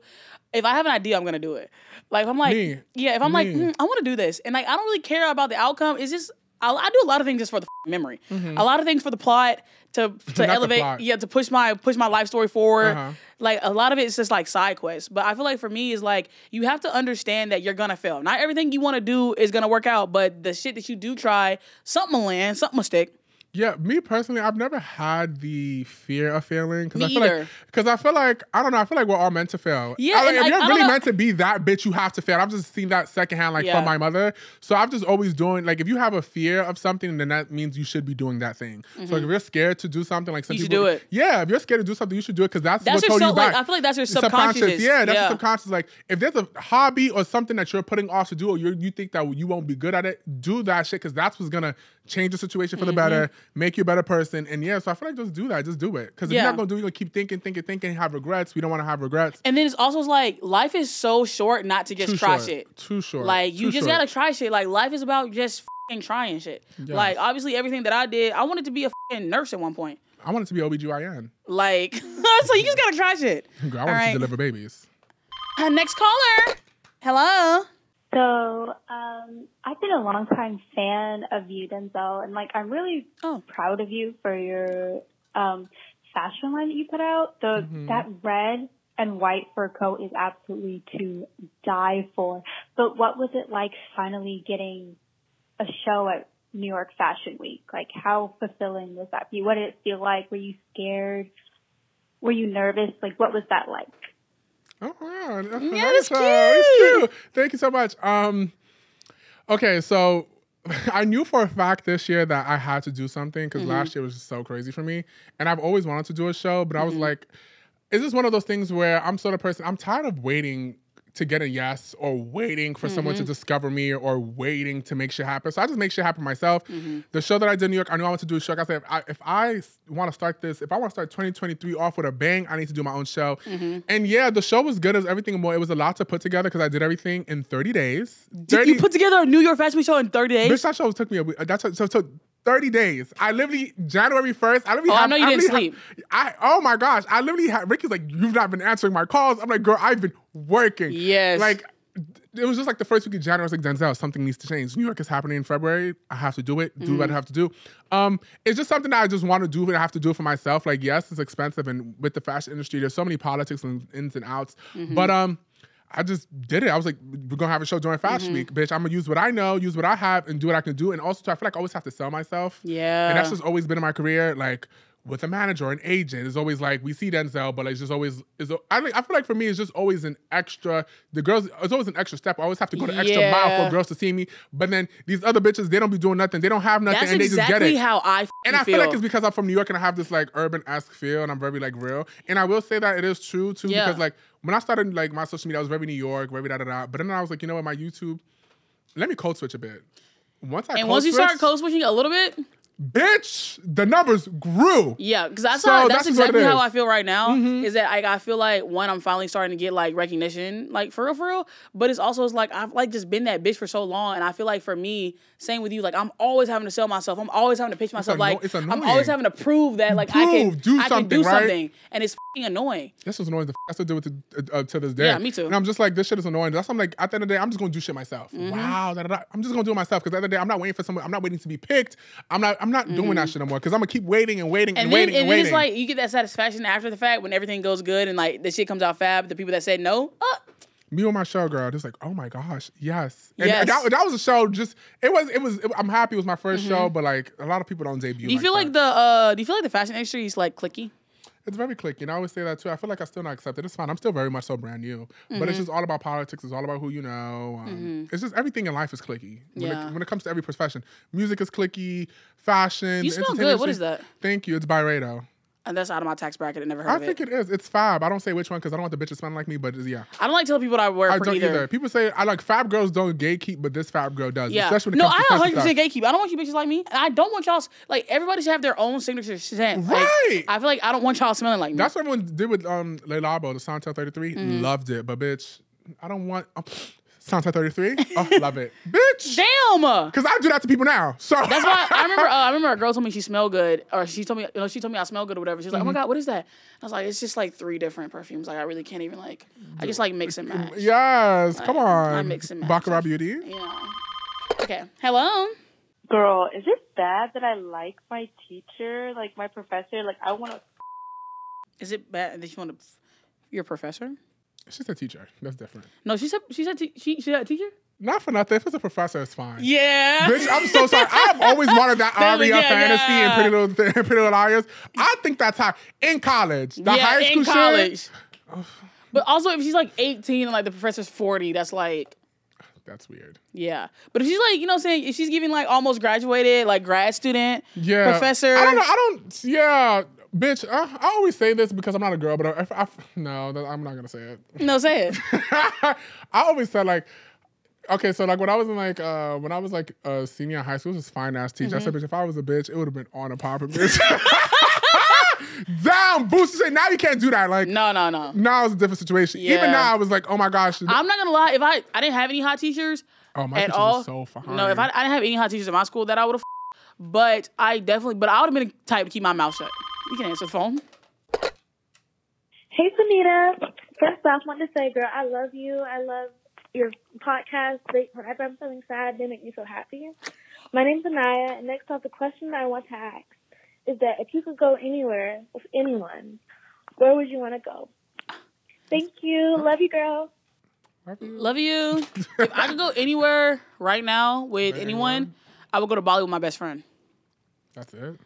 if I have an idea, I'm gonna do it. Like if I'm like
Me.
yeah, if I'm like
Me.
"Hmm, I want to do this, and like I don't really care about the outcome. It's just I, I do a lot of things just for the f- memory, a lot of things for the plot to
Mm-hmm. the
to elevate.
plot.
Yeah, to push my push my life story forward.
Uh-huh.
Like a lot of it's just like side quests. But I feel like for me is like you have to understand that you're gonna fail. Not everything you want to do is gonna work out, but the shit that you do try, something will land, something will stick.
Yeah, me personally, I've never had the fear of failing because
Me
I feel like
either.
because I feel like I don't know. I feel like we're all meant to fail.
Yeah,
I, like,
and,
if
like,
you're
I don't
really
know-
meant to be that bitch, you have to fail. I've just seen that secondhand, like
Yeah.
from my mother. So I've just always doing like if you have a fear of something, then that means you should be doing that thing. So like, if you're scared to do something, like some
Mm-hmm. You should
people,
do it.
Yeah, if you're scared to do something, you should do it because that's,
That's
what
your
told you
sub- like,
back.
I feel like that's your
The subconscious.
subconscious.
Yeah, that's
Yeah.
your subconscious. Like if there's a hobby or something that you're putting off to do, or you you think that you won't be good at it, do that shit because that's what's gonna change the situation for the
Mm-hmm.
better, make you a better person. And yeah, so I feel like just do that, just do it. Because if
Yeah.
you're not gonna do, it, you're gonna keep thinking, thinking, thinking, have regrets. We don't want to have regrets.
And then it's also like life is so short not to just
Too
try
short.
shit.
Too short.
Like you
Too
just
short.
gotta try shit. Like life is about just fing trying shit.
Yes.
Like obviously everything that I did, I wanted to be a fing nurse at one point.
I want it to be OBGYN.
Like so you just gotta try shit.
Girl, I
All
want it
right.
to deliver babies.
Uh, next caller. Hello.
So um, I've been a long time fan of you, Denzel, and like I'm really
Oh.
proud of you for your um, fashion line that you put out. The that red and white fur coat is absolutely to die for. But what was it like finally getting a show at New York Fashion Week? Like how fulfilling was that? For you? What did it feel like? Were you scared? Were you nervous? Like what was that like?
Oh, wow.
Yeah, that's
Nice, uh, it's cute. Thank you so much. Um, okay, so I knew for a fact this year that I had to do something because last year was just so crazy for me, and I've always wanted to do a show, but I was like, "Is this one of those things where I'm sort of person? I'm tired of waiting." To get a yes, or waiting for someone to discover me, or waiting to make shit happen. So I just make shit happen myself. The show that I did in New York, I knew I wanted to do a show. Like I said, if I, if I want to start this, if I want to start 2023 off with a bang, I need to do my own show. And yeah, the show was good as everything and more. It was a lot to put together because I did everything in 30 days. 30
You put together a New York Fashion Week show in 30 days.
Bitch, that show took me a week. That took, so took 30 days. I literally, January 1st, I literally
Oh, I
had,
know you didn't
literally had- I, oh my gosh. I literally had, Ricky's like, you've not been answering my calls. I'm like, girl, I've been working.
Yes.
Like, it was just like the first week of January. I was like, Denzel, something needs to change. New York is happening in February. I have to do it. Do what I have to do. Um, it's just something that I just want to do, but I have to do it for myself. Like, yes, it's expensive, and with the fashion industry, there's so many politics and ins and outs. But um, I just did it. I was like, we're gonna have a show during Fashion Week, bitch. I'm gonna use what I know, use what I have, and do what I can do. And also, too, I feel like I always have to sell myself.
Yeah.
and that's just always been in my career, like. With a manager or an agent, it's always like we see Denzel, but it's just always is. I, think- I feel like for me, it's just always an extra. The girls, it's always an extra step. I always have to go the extra mile
Yeah.
for girls to see me. But then these other bitches, they don't be doing nothing. They don't have nothing,
That's
and they just get
exactly
it.
how I f-
And I feel
feel.
like it's because I'm from New York and I have this like urban esque feel and I'm very like real. And I will say that it is true too
Yeah.
because like when I started like my social media, I was very New York, very da da da. But then I was like, you know what, my YouTube, let me code switch a bit. Once I
and
code
once you start
switched,
code switching a little bit,
bitch, the numbers grew.
yeah, because that's
So
how,
that's Mm-hmm.
that's,
just
exactly
what it
how
is.
I feel right now. Is that like I feel like one, I'm finally starting to get like recognition, like for real, for real. But it's also it's like I've like just been that bitch for so long, and I feel like for me, same with you, like I'm always having to sell myself. I'm always having to pitch myself.
anno-
like
it's
I'm
annoying.
always having to prove that like I
Prove,
can
do
I can
something,
do
right?
something, and it's fing annoying.
This is annoying. The f- I still deal with it uh, uh, to this day.
Yeah, me too.
And I'm just like, this shit is annoying. That's why I'm like, at the end of the day, I'm just gonna do shit myself.
Mm-hmm.
Wow, da, da, da. I'm just gonna do it myself because at the end of the day, I'm not waiting for someone. I'm not waiting to be picked. I'm not. I'm not doing that shit anymore because I'm gonna keep waiting and waiting
Mm-hmm.
and,
And then,
waiting
and
and
then
waiting.
it's like you get that satisfaction after the fact when everything goes good and like the shit comes out fab. The people that said no, uh,
me on my show, girl. Just like, oh my gosh, yes, and
Yes.
That, that was a show. Just it was, it was. It, I'm happy it was my 1st show, but like a lot of people don't debut.
do Mm-hmm. you feel like
that.
the uh, do you feel like the fashion industry is like clicky?
it's very clicky? And I always say that too. I feel like I still not accepted. It's fine. I'm still very much so brand new, but
Mm-hmm.
it's just all about politics. It's all about who you know. Um, It's just everything in life is clicky. When,
Yeah.
it, when it comes to every profession, music is clicky, fashion.
You
the
smell
entertainment
good. What
industry-
is that?
Thank you. It's Byredo.
And Uh, that's out of my tax bracket. I never heard
I
of
think
it.
it is. It's Fab. I don't say which one because I don't want the bitches smelling like me. But yeah,
I don't like telling people that I wear
I
for
don't
either.
either. People say I like Fab girls don't gatekeep, but this Fab girl does.
Yeah.
Especially when it
no, I
comes to
100
fashion stuff.
percent gatekeep. I don't want you bitches like me. And I don't want y'all s- like everybody should have their own signature scent. Like,
Right.
I feel like I don't want y'all smelling like me.
That's what everyone did with um Leilabo, the Santel 33.
Mm-hmm.
Loved it, but bitch, I don't want um, Santel 33. Oh, love it, bitch.
Damn. That's
Because I do that to people now. So that's
why I remember. Uh, I remember a girl told me she smelled good, or she told me, you know, she told me I smell good or whatever. She's like, "Oh my
Mm-hmm.
god, what is that?" I was like, "It's just like three different perfumes. Like I really can't even like. I just like mix and match."
Yes, come on.
I mix and match.
Baccarat Beauty.
You know. Okay. Hello.
Girl, is it bad that I like my teacher, like my professor? Like I want to
Is it bad that you want to? Your professor?
She's a teacher. That's different.
No, she said she said te- she she had a teacher.
Not for nothing. If it's a professor, it's fine.
Yeah.
Bitch, I'm so sorry. I've always wanted that
That-
Aria
yeah,
fantasy and
yeah.
Pretty Little Th- Pretty Little Liars. I think that's how in college, the
yeah,
high school
in
shit,
college. But also, if she's like 18 and like the professor's 40, that's like,
That's weird.
yeah. But if she's like, you know what I'm saying, if she's giving like almost graduated, like grad student,
Yeah,
professor.
I don't know. I don't. Yeah, bitch. Uh, I always say this because I'm not a girl, but I, I, no, that- I'm not gonna say it.
No, say it.
I always said like, okay, so like when I was in like uh when I was like a senior in high school, it was fine ass teacher. I
Mm-hmm.
said, bitch, if I was a bitch, it would have been on a popper, bitch. Damn, booster. Say now you can't do that. Like
No, no, no.
now it's a different situation.
Yeah.
Even now I was like, oh my gosh.
I'm not gonna lie. If I I didn't have any hot teachers
oh my
at
teacher
all,
was so fine.
no. If I, I didn't have any hot teachers in my school, that I would have. But I definitely. But I would have been the type to keep my mouth shut. You can answer the phone.
Hey, Panita. First off, I want to say, girl, I love you. I love your podcast. They, whenever I'm feeling sad, they make me so happy. My name's Anaya, and next off, the question I want to ask is that if you could go anywhere with anyone, where would you want to go? Thank you. Love you, girl.
Love you. if I could go anywhere right now with anyone, I would go to Bali with my best friend.
That's it.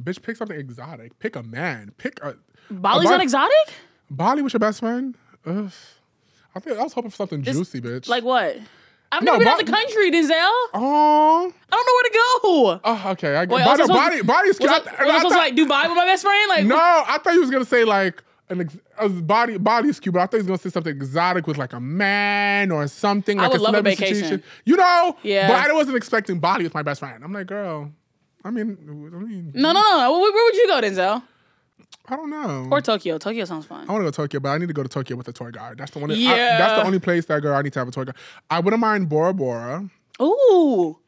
Bitch, pick something exotic. Pick a man. Pick a
Bali's
Bali-
not exotic.
Bali with your best friend. Ugh. I think I was hoping for something juicy, bitch.
Like what? I've
No,
never been out
Ba-
the country, Denzel. I
oh,
don't know where to go.
oh, okay. I
Wait, I was
get body,
supposed
body,
to-
body's
Was I, was
I-
I
I
supposed to
thought-
like Dubai with my best friend? Like
No, I thought you was gonna say like an ex- a body body's cute, but I thought he was gonna say something exotic with like a man or something.
I
Like
would love a
celebrity
vacation.
situation. You know?
Yeah.
But I wasn't expecting body with my best friend. I'm like, girl. I mean, I mean,
no, no, no. Where, where would you go, Denzel?
I don't know.
Or Tokyo? Tokyo sounds fun.
I want to go to Tokyo, but I need to go to Tokyo with a tour guide. That's the one. I,
Yeah.
that's the only place that girl I need to have a tour guide. I wouldn't mind Bora Bora, Oh.
Ooh.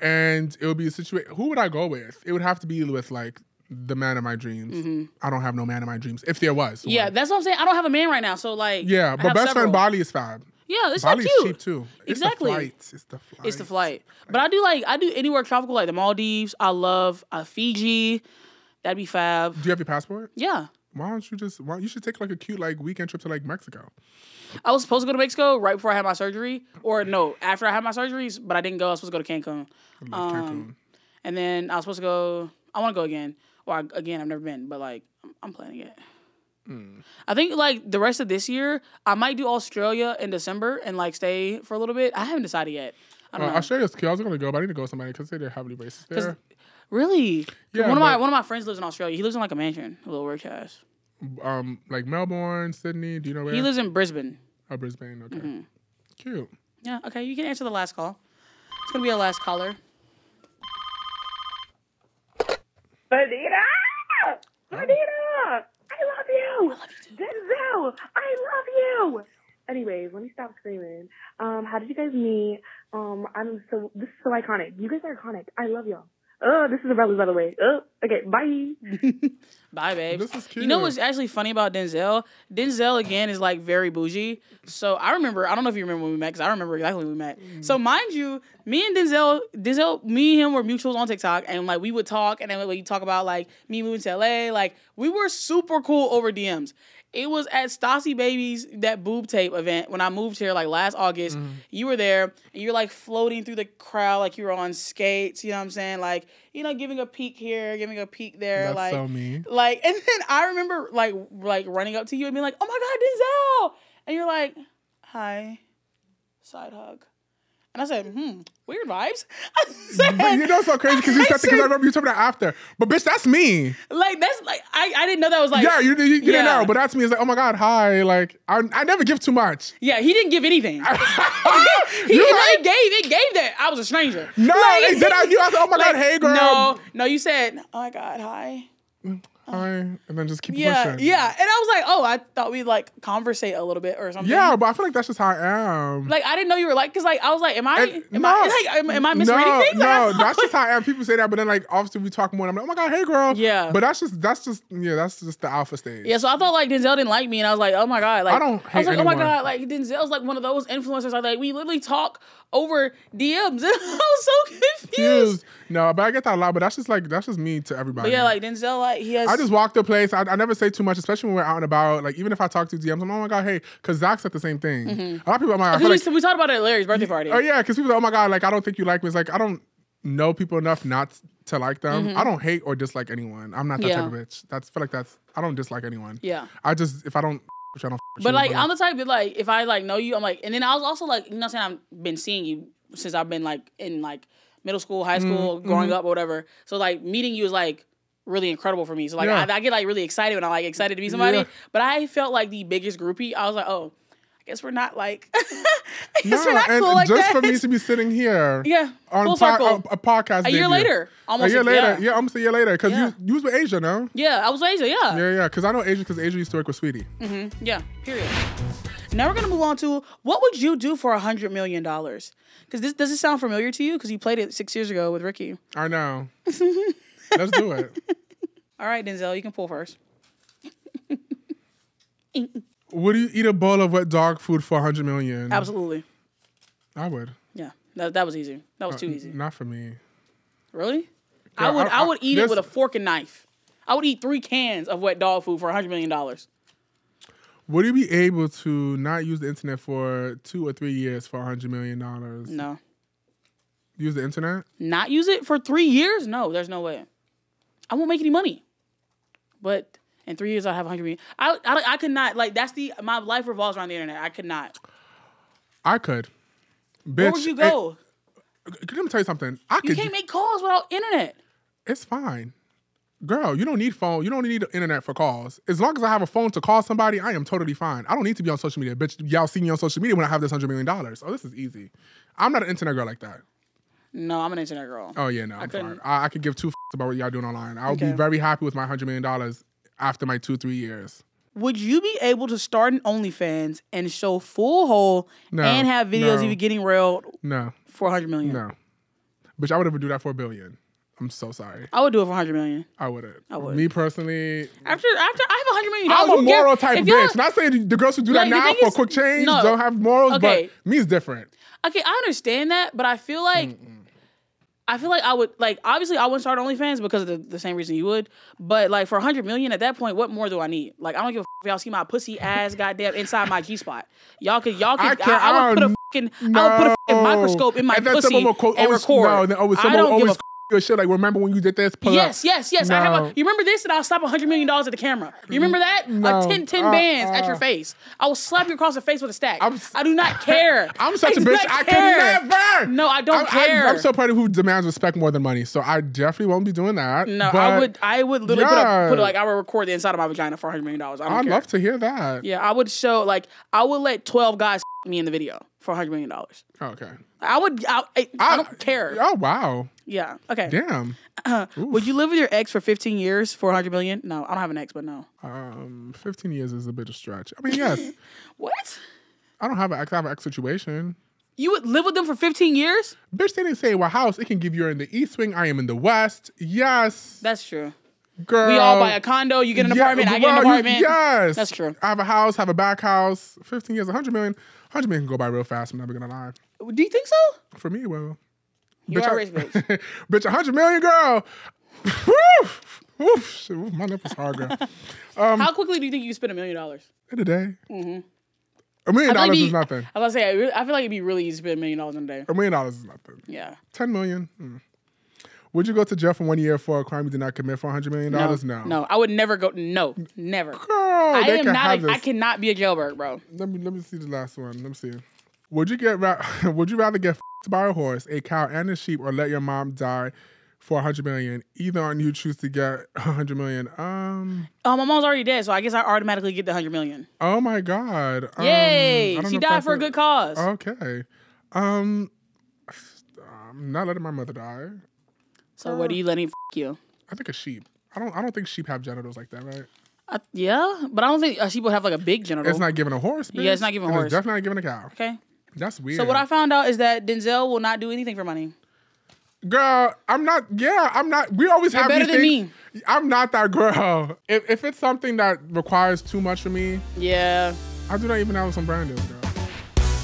and it would be a situation. Who would I go with? It would have to be with like the man of my dreams. I don't have no man of my dreams. If there was,
Mm-hmm. Yeah,
one.
that's what I'm saying. I don't have a man right now, so like
yeah.
I
But
have
best
several.
friend Bali is fab.
Yeah, it's
Bali
not
is
cute.
cheap too.
Exactly.
It's the flights. It's the flights.
It's the flight, but I do like I do anywhere tropical, like the Maldives. I love uh, Fiji. That'd be fab.
Do you have your passport?
Yeah,
Why don't you just? Why you should take like a cute like weekend trip to like Mexico?
I was supposed to go to Mexico right before I had my surgery, or no, after I had my surgeries, but I didn't go. I was supposed to go to Cancun,
I love
Um,
Cancun.
and then I was supposed to go. I want to go again, or I, again, I've never been, but like I'm, I'm planning it.
Hmm.
I think like the rest of this year, I might do Australia in December and like stay for a little bit. I haven't decided yet. I don't
Uh,
know.
Australia's cute. I was gonna go, but I need to go with somebody because they didn't have any races there.
Really? 'Cause
Yeah,
one of my
but-
one of my friends lives in Australia. He lives in like a mansion, a little work house.
Um, like Melbourne, Sydney. Do you know where?
He lives Mm-hmm. in Brisbane.
Oh, Brisbane. Okay. Cute.
Yeah. Okay. You can answer the last call. It's gonna be our last caller.
Benita! Benita! I love you! Denzel! I love you! Anyways, let me stop screaming. Um, how did you guys meet? Um, I'm so, this is so iconic. You guys are iconic. I love y'all. Oh, this is the brothers, by the way. Oh, okay, bye.
Bye, babe.
This is
You know
cute.
what's actually funny about Denzel? Denzel again is like very bougie. So I remember. I don't know if you remember when we met, because I remember exactly when we met.
Mm.
So mind you, me and Denzel, Denzel, me and him were mutuals on TikTok, and like we would talk, and then we would talk about like me moving to LA. Like we were super cool over DMs. It was at Stassi Baby's that boob tape event when I moved here like last August.
Mm-hmm.
You were there and you're like floating through the crowd like you were on skates, you know what I'm saying? Like, you know, giving a peek here, giving a peek there.
That's
like
so me.
like, and then I remember like like running up to you and being like, "Oh my God, Denzel!" And you're like, "Hi," side hug, and I said, "Hmm, weird vibes." I said,
But you know it's so crazy because you said because I remember you told me that after. But bitch, that's me.
like that's like I, I didn't know that was like
yeah, you, you, you didn't
yeah.
know, but that's me. It's like, oh my god, hi. Like I, I never give too much.
yeah he didn't give anything. He,
you
no,
like,
it gave it gave that I was a stranger.
no,
Like-
and then I, you, I said, oh my
like,
god, hey girl.
No, no, you said, "Oh my God, hi."
Hi, and then just keep
Yeah,
pushing.
yeah, and I was like, "Oh, I thought we'd like conversate a little bit or something."
Yeah, but I feel like that's just how I am.
Like I didn't know you were like, cause like I was like, am I,
And-
am
no.
I like, am, am I misreading
no,
things? Like, I
No,
don't-
that's just how I am. People say that, but then like obviously we talk more and I'm like, oh my god, hey girl.
Yeah.
But that's just that's just yeah, that's just the alpha stage.
Yeah, so I thought like Denzel didn't like me, and I was like, oh my god, like
I don't
was
hate
like, oh my
anyone.
god, like Denzel's like one of those influencers. Like, like we literally talk over DMs, and I was so confused.
Confused. No, but I get that a lot, but that's just like that's just me to everybody.
But yeah, like Denzel, like he has
I just just walk the place. I, I never say too much, especially when we're out and about. Like even if I talk to DMs, I'm oh my god, hey, because Zach said the same thing.
Mm-hmm.
A lot of people, oh my god, I feel like-
we, we talked about it at Larry's birthday party.
Oh yeah, because people are, oh my god, like I don't think you like me. It's like I don't know people enough not to like them. I don't hate or dislike anyone. I'm not that
Mm-hmm. Yeah.
type of bitch. That's feel like that's I don't dislike anyone.
Yeah.
I just if I don't, I don't.
But like I'm the type that like if I like know you, I'm like, and then I was also like, you know, what I'm saying I've been seeing you since I've been like in like middle school, high
Mm-hmm,
school, growing up or whatever. So like meeting you is like really incredible for me. So like
Yeah.
I, I get like really excited when I like excited to be somebody.
Yeah.
But I felt like the biggest groupie. I was like, oh, I guess we're not like, I guess
No,
we're not
and
cool like
just
that.
for me to be sitting here,
yeah,
on
full
po-
circle.
a, a podcast
a year
debut.
later, almost
a year later,
Yeah.
yeah, almost a year later, because
Yeah.
you you was with Asia, no?
Yeah, I was Asia. Yeah.
Yeah, yeah, because I know Asia because Asia used to work with Sweetie.
Yeah, period. Now we're gonna move on to what would you do for a hundred million dollars? Because this does it sound familiar to you? Because you played it six years ago with Ricky.
I know. Let's do it.
All right, Denzel, you can pull first.
Mm-hmm. Would you eat a bowl of wet dog food for 100 million?
Absolutely.
I would.
Yeah, that, that was easy. That was too easy.
Not for me.
Really? I would
Uh, I-
I, would
I-
eat it with a
this-
fork and knife. I would eat three cans of wet dog food for a hundred million dollars.
Would you be able to not use the internet for two or three years for 100 million dollars?
No,
Use the internet?
not use it for three years. No, there's no way. I won't make any money. But in three years, I'll have a hundred million. I, I I could not like that's the my life revolves around the internet. I could not.
I could. Bitch,
Where would you go?
it- let me tell you something. I
you
could.
can't make calls without internet.
it's fine. Girl, you don't need phone. You don't need internet for calls. As long as I have a phone to call somebody, I am totally fine. I don't need to be on social media. Bitch, y'all see me on social media when I have this $100 million. Oh, this is easy. I'm not an internet girl like that.
No, I'm an internet girl.
Oh yeah, no, I'm fine.
couldn't-
I, I could give two f- about what y'all doing online. I'll be
Okay.
very happy with my hundred million dollars after my two three years.
Would you be able to start an OnlyFans and show full hole
No,
and have videos
no.
of you getting railed
No,
for 100 million?
no, bitch, I would never do that for a billion. I'm so sorry.
I would do it for 100 million.
I wouldn't. I
would.
Me personally,
After after I have 100 million
I'm
dollars,
a
who care-
moral type
if y'all-
bitch. Not saying the girls who do
Like,
that
the
now
thing
for
is-
quick change
no.
don't have morals,
Okay.
but me is different.
Okay, I understand that, but I feel like
Mm,
I feel like I would like obviously I wouldn't start OnlyFans because of the, the same reason you would, but like for 100 million at that point, what more do I need? Like I don't give a f- if y'all see my pussy ass goddamn inside my G spot. Y'all could y'all
I
could I,
can't-
I, would put a
oh,
fucking I would put a
No.
fucking microscope in my
and then
pussy
someone will quote,
and
always,
record.
No, and then always,
I
someone
don't
will
give a
always
f-
your shit. Like, remember when you did this? Pull
Yes,
up.
yes, yes. I have a,
No. Mm,
you remember this? And I'll slap a hundred million dollars at the camera. You remember that?
No.
Like 10, 10
Uh,
bands at your
uh.
face. I will slap you across the face with a stack.
I'm s-
I do not care.
I'm such
a
a bitch. I can never.
No, I don't
I'm-
care.
I'm so part of who demands respect more than money. So I definitely won't be doing that.
No, I
but
would. I would literally put,
Yeah.
a, put like I would record the inside of my vagina for hundred million dollars. I don't
I'd
care.
love to hear that.
Yeah, I would show like I would let twelve guys me in the video for hundred million dollars.
Oh, Okay.
I would. I, I, I don't care.
Oh wow.
Yeah. Okay. Uh-huh.
Damn.
Would you live with your ex for fifteen years for hundred million? No, I don't have an ex, but no.
Um, 15 years is a bit of stretch. I mean, yes,
What?
I don't have an ex. I have an ex situation.
You would live with them for fifteen years?
Bitch, they didn't say what house. It can give you're in the east wing. I am in the west. Yes,
That's true.
girl.
We all buy a condo. You get an
Yeah,
apartment. I get an
girl, you-
apartment.
yes,
That's true.
I have a house. Have a back house. 15 years, 100 million. 100 million can go by real fast. I'm never gonna lie.
Do you think so?
For me, it will.
You
Bitch,
are a
I-
rich bitch.
bitch, a hundred million, girl. Woof, woof. Shit, woof, my nipples hard, girl. um
How quickly do you think you can spend a million dollars?
In a day, a million
Mm-hmm. I feel like
dollars
you-
is nothing.
I was gonna say, I, really, I feel like it'd be really easy to spend a million dollars in a day.
A million dollars is nothing.
Yeah.
Ten million. mm. Would you go to jail for one year for a crime you did not commit for a hundred million dollars? No.
No, I would never go. No, never.
Girl,
I
they
am
can
not.
have
A, I
this.
cannot be a jailbird, bro.
Let me let me see the last one. Let me see. Would you get ra- Would you rather get f***ed by a horse, a cow, and a sheep, or let your mom die for a hundred million? Either one you choose to get a hundred million. Um.
Oh, my mom's already dead, so I guess I automatically get the hundred million.
Oh my God. Um,
Yay!
I don't know
she
if
died
that's Oh.
for a good cause.
Okay. Um, I'm not letting my mother die.
so what are you letting f- you?
I think a sheep. I don't. I don't think sheep have genitals like that, right?
I, yeah, but I don't think uh, she would have like a big genital.
It's not giving a horse. Bitch.
Yeah, it's not giving a
And
horse.
It's definitely not giving a cow.
okay.
That's weird.
So what I found out is that Denzel will not do anything for money.
girl, I'm not. Yeah, I'm not. We always have
better
these
than
things. I'm not that girl. If, if it's something that requires too much for me,
Yeah,
I do not even have some brand deals, girl.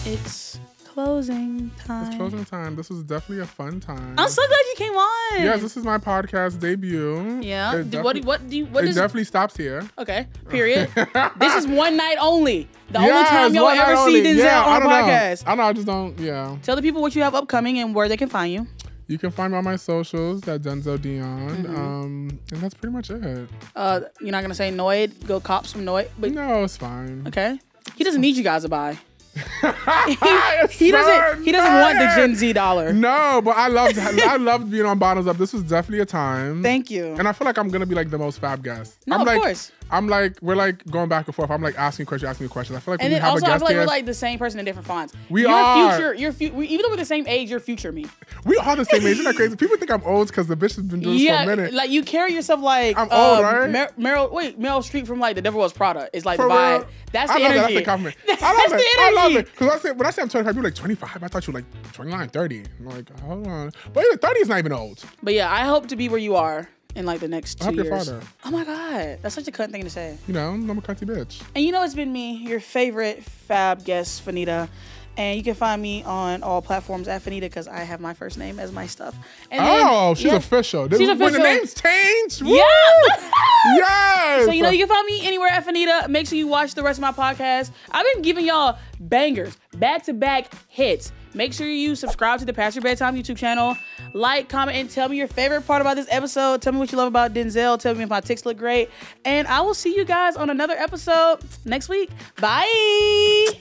it's closing time.
It's closing time. This was definitely a fun time.
I'm so glad you came on.
yes, this is my podcast debut.
yeah.
It
Do- what?
defi-
What do you? What
it
does?
definitely stops here.
okay. Period. this is one night only. The only
Yes,
time y'all
why not
ever see
only?
Denzel
Yeah, I
on a
don't know.
podcast.
I know. I just don't. Yeah.
Tell the people what you have upcoming and where they can find you.
You can find me on my socials at Denzel Dion.
Mm-hmm.
Um, and that's pretty much it.
Uh, you're not gonna say Noid. Go cops from Noid. But
No, it's fine.
okay, he doesn't need you guys to buy.
Ah, It's
He
so
doesn't. He doesn't want the
bad.
Gen Z dollar.
No, but I loved I loved being on Bottoms Up. This was definitely a time.
Thank you.
And I feel like I'm gonna be like the most fab guest.
No,
I'm
of
like,
course.
I'm like we're like going back and forth. I'm like asking questions, asking questions. I feel like
And
when
then
we have
also,
a
I
guest
feel like
here,
we're like the same person in different fonts.
We
your
are.
Future, your future. Even though we're the same age, your future me.
we are the same age. Isn't that crazy? People think I'm old because the bitch has been doing
yeah,
this for a minute.
like you carry yourself like
I'm old,
um,
right?
Mer- Meryl, wait, Meryl Streep from like The Devil Wears Prada is like
For
the vibe.
real?
That's
I
the
love
energy.
That. That's a compliment.
That's,
I love
the
it.
energy.
I love it. Because I say, when I say I'm 25, people are like 25. I thought you were like 29, 30. I'm like, hold on. But even 30 is not even old.
But yeah, I hope to be where you are in like the next two
I hope
years.
your father.
Oh my god, that's such a cunt thing to say.
You know, I'm a cunty bitch.
And you know it's been me, your favorite fab guest, Fanita. And you can find me on all platforms at Fanita because I have my first name as my stuff. And then-
oh, she's
yeah.
official.
She's
when
official.
the names change, woo!
Yeah.
Yes.
So you know you can find me anywhere at Fanita. Make sure you watch the rest of my podcast. I've been giving y'all bangers, back to back hits. Make sure you subscribe to the Past Your Bedtime YouTube channel. Like, comment, and tell me your favorite part about this episode. Tell me what you love about Denzel. Tell me if my ticks look great. And I will see you guys on another episode next week. Bye.